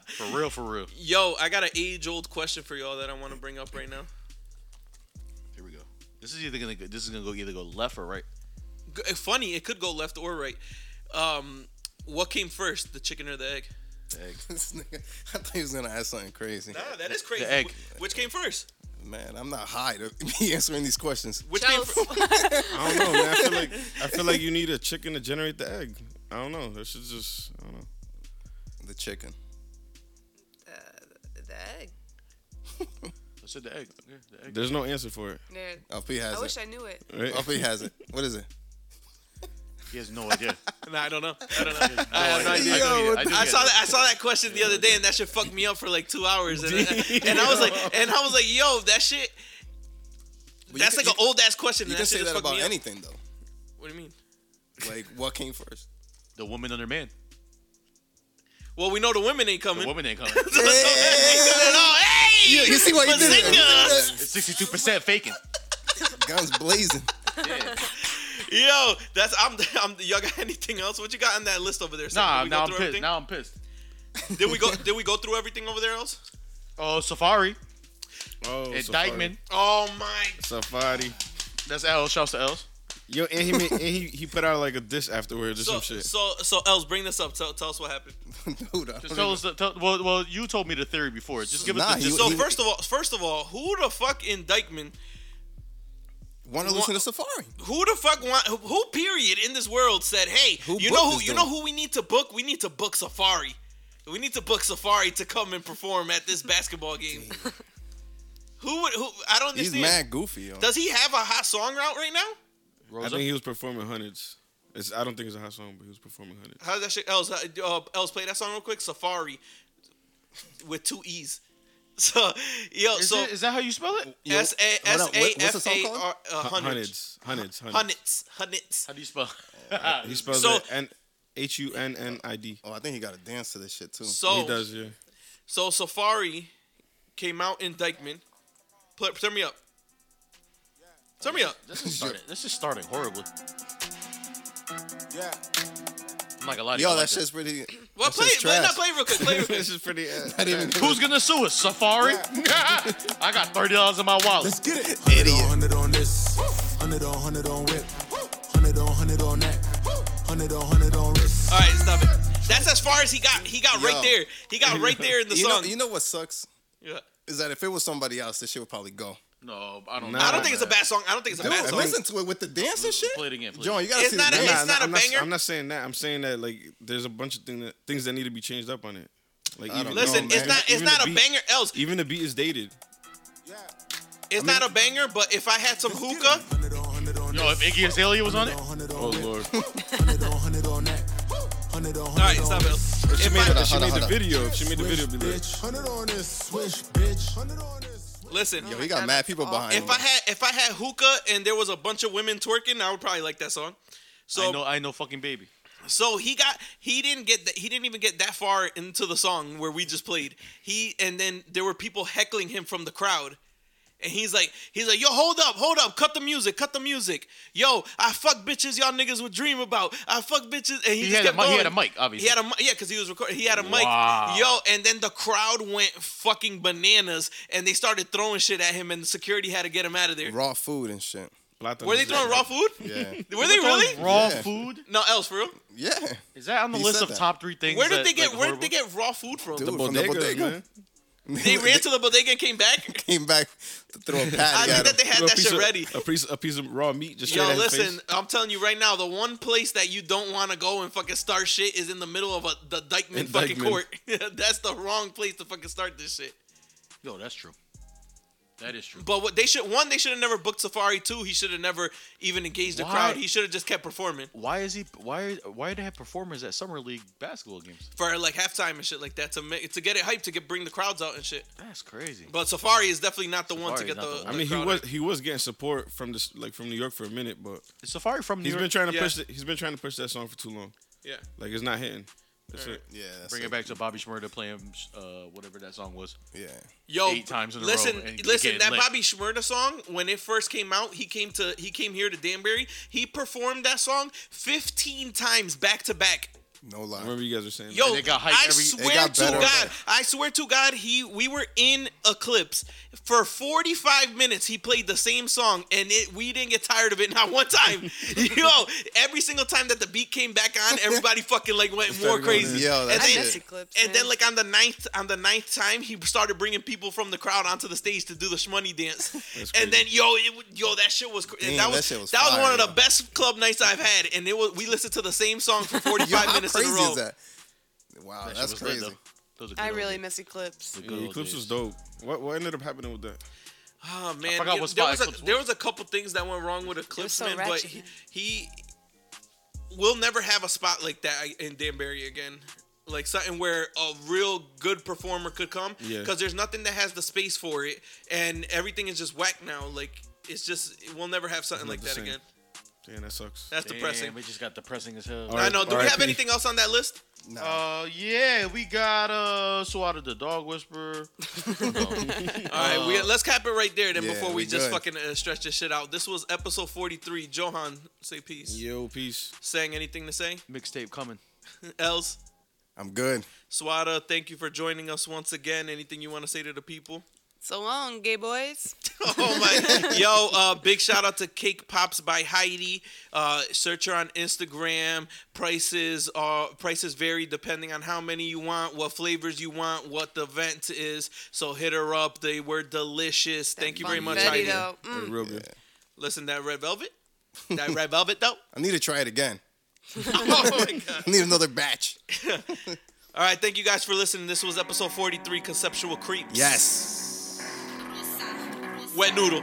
for real, for real.
Yo, I got an age old question for y'all that I want to bring up right now.
Here we go. This is either gonna go, this is gonna go either go left or right.
G- uh, Funny, it could go left or right. Um, what came first, the chicken or the egg?
This nigga, I thought he was gonna ask something crazy.
Nah, Ah, that is crazy.
egg.
Wh- Which came first?
Man, I'm not high to be answering these questions.
Which came
Chels.
first?
I don't know, man. I feel like I feel like you need a chicken to generate the egg. I don't know. This is just I don't know.
The chicken.
The egg.
I said the egg. Yeah, the egg.
There's no answer for it,
There-
Oh,
Alfie has
I wish
it.
I knew it.
right?
Alfie has it. What is it?
He has no idea.
Nah, I don't know. I don't know. I have no
I do
idea.
get it. do
I
get
saw
it.
that. I saw that question the other day, and that shit fucked me up for like two hours. And, and I was like, and I was like, yo, that shit.
Well, you
That's
can-
like an old ass question.
You
and
can
that
say
shit just
that
fucked
about
me up.
anything though.
What do you mean?
Like what came first?
The woman under man.
Well, we know the women ain't
The
coming.
woman ain't coming.
So that ain't good at all. Hey! Hey!
You, you see what he did? there?
Bazinga!
It's sixty-two percent faking.
Guns blazing.
Yo, that's I'm. I'm y'all got anything else? What you got on that list over there? Sam?
Nah,
Did we go
now I'm
through
pissed.
everything?
Now I'm pissed.
Did we go? Did we go through everything over there else?
Oh, Safari
Oh,
and
Safari.
Dykeman.
Oh my!
Safari.
That's L. Shouts to L's.
Yo, and he made, and he, he put out like a dish afterwards or
So
some shit.
so so Els, bring this up. Tell, tell us what happened.
Dude, I
Just
don't
tell us. The, tell, well, well, you told me the theory before. Just give
Nah,
us the.
he-
gist.
So first of all, first of all, who the fuck in Dykeman?
want to listen to Safari.
Who the fuck want? Who period in this world said, hey,
Who
you
booked
know who?
this
You
dude?
know who we need to book? We need to book Safari. We need to book Safari to come and perform at this basketball game. who would? Who? I don't
He's
understand.
mad goofy, yo.
Does he have a hot song out right now?
I think he was performing hundreds. It's, I don't think it's a hot song, but he was performing hundreds.
How's that shit? Els, uh, Els, play that song real quick. Safari with two E's. So, yo,
is,
so
it, is that how you spell it?
S A S
hold on, what-
A
what's the
F
song
A
called?
R uh, hundreds,
Hundreds, hundreds, hundreds.
hundreds, hundreds.
How do you spell?
Uh,
He spells
So-
it N H U N N I D.
Oh, I think he got to dance to this shit too.
So,
He does, yeah.
so Safari came out in Dykeman. Pl- turn me up. Turn me up.
this is starting. This is starting horrible.
yeah.
I'm not gonna lie to you. I
Yo,
like
that
this.
shit's pretty.
Well,
that
play
shit's
it. Play,
trash.
not play it real quick. Play it real quick.
this is pretty. Uh,
Not even good.
Who's gonna sue us? Safari? I got thirty dollars in my wallet.
Let's get it.
Idiot.
Hundred on this. Hundred on hundred on whip. Hundred on hundred on that. Hundred on hundred on wrist.
All right, stop it. That's as far as he got. He got
Yo.
right there. He got right there in the
You know,
song.
you know what sucks
Yeah.
is that if it was somebody else, this shit would probably go.
No, I don't.
Nah.
know.
I don't think it's a bad song. I don't think it's a
Dude,
bad song.
listen to it with the dance and shit.
Play it again, please.
John, you gotta
It's
see
not
the
a-
dance.
it's not a
I'm
banger?
Not, I'm not saying that. I'm saying that like there's a bunch of thing that, things that need to be changed up on it. Like
I
even,
don't know,
Listen, it's
man.
not it's
Even
not
the
a
beat-
banger. Else,
Even the beat is dated.
it's not a banger. But if I had some hookah,
Hundred on hundred on
Yo, Oh, if Iggy Azalea was on it,
hundred
Oh
on
lord,
hundred on hundred on that. Hundred on
all right,
hundred on
stop it. Else.
if she
If
made,
I,
the, she
Hold on,
made
hold
the
on.
video. If she made the video, be like,
bitch. Hundred on this swish, bitch. Hundred on this.
listen,
Yo, he got mad people behind him.
if I had if I had hookah and there was a bunch of women twerking, I would probably like that song.
I
So
know, I know, fucking baby.
so he got he didn't get that he didn't even get that far into the song where we just played. He and then there were people heckling him from the crowd. And he's like, he's like, yo, hold up, hold up, cut the music, cut the music. Yo, I fuck bitches y'all niggas would dream about. I fuck bitches, and he,
He
just
had a
kept
mi- he
going.
had a mic,
He
obviously.
had a mic, yeah, because he was recording. He had a mic,
Wow.
yo, and then the crowd went fucking bananas, and they started throwing shit at him, and the security had to get him out of there.
raw food and shit.
Plata
Were they
is
throwing
like-
raw food?
Yeah,
Were they really?
raw
Yeah.
food?
No, else for real.
yeah.
Is that on the
He
list
said
of
that.
top three things?
Where did
that,
they get
like,
Where did they
horrible-
get raw food from?
Dude,
The
from the
bodega,
bodega.
man.
They ran to the bodega and came back.
came back to throw a
I
patty
think
at him.
that they had
Threw a
that
piece
shit
of-
ready.
A piece, a piece of raw meat just straight
Yo,
at his
listen,
face.
I'm telling you right now, the one place that you don't want to go and fucking start shit is in the middle of a, the Dykeman
In
fucking
Dykeman.
court. That's the wrong place to fucking start this shit.
Yo, that's true. That is true.
But what they should one, they should have never booked Safari. Two, he should have never even engaged the
Why?
crowd. He should have just kept performing
Why is he? Why? Why do they have performers at summer league basketball games?
for like halftime and shit like that to make, to get it hyped to get bring the crowds out and shit.
That's crazy.
But Safari is definitely not the one to
Safari's
get the.
not the one.
I
the
mean, he
crowd
was
out.
he was getting support from this like from New York for a minute, but
Is Safari from New
he's been
York?
trying to
Yeah.
push. The, he's been trying to push that song for too long.
Yeah.
Like it's not hitting. That's it.
Yeah, that's
Bring
it.
it back to Bobby Shmurda playing uh, whatever that song was.
Yeah,
Yo,
eight times in a row
listen,
and
listen.
getting
That
lit.
Bobby Shmurda song, when it first came out, he came to he came here to Danbury. He performed that song fifteen times back to back.
no
I
lie.
remember you guys were saying.
Yo,
And it got hyped
I
every- it
swear
got
to
better.
God, I swear to God, he we were in Eclipse for 45 minutes. He played the same song, and it we didn't get tired of it not one time. Yo, every single time that the beat came back on, everybody fucking like went more
started going
crazy.
in.
Yo,
and
that's
I
then,
miss
it.
Eclipse.
and then
man.
like on the ninth on the ninth time, he started bringing people from the crowd onto the stage to do the shmoney dance. and then yo, it, w- yo, that shit was cra-
Damn,
that was
that shit was
was one
fire,
of
yo.
the best club nights I've had, and it was we listened to the same song for 45
Yo, how
minutes
crazy
in a row.
is that? Wow,
That shit
that's
was lit,
crazy.
though. Those are good
I
old
really
days.
miss Eclipse.
The good
Yeah,
old
Eclipse
days.
was dope. What what ended up happening with that?
Oh man,
forgot
you-
what
there
spot
was a
Eclipse
there
was.
was a couple things that went wrong with Eclipse,
so
man, but
ratchet,
he,
man.
he will never have a spot like that in Danbury again. Like something where a real good performer could come, because
Yeah.
there's nothing that has the space for it, and everything is just whack now. Like it's just we'll never have something
not
like
the
that
same.
again.
Damn, that sucks.
That's depressing.
Damn, we just got depressing as hell.
All right.
I know. Do we
RIP.
have anything else on that list?
Uh, yeah, we got uh, swatted the dog whisperer.
All right, we, let's cap it right there then
yeah,
before we,
we
just
good.
fucking uh, stretch this shit out. This was episode 43. Johan, say peace.
Yo, peace.
Saying anything to say?
Mixtape coming.
Els,
I'm good.
Swada, thank you for joining us once again. Anything you want to say to the people?
So long, gay boys.
Oh my! Yo, uh, big shout out to Cake Pops by Heidi. Uh, search her on Instagram. Prices are prices vary depending on how many you want, what flavors you want, what the event is. So hit her up. They were delicious. Thank you very much, Heidi.
Betty, though. Mm.
Real good.
Listen, that red velvet. That red velvet though.
I need to try it again.
Oh my god.
I need another batch.
All right, thank you guys for listening. This was episode 43, Conceptual Creeps.
Yes.
Wet noodle.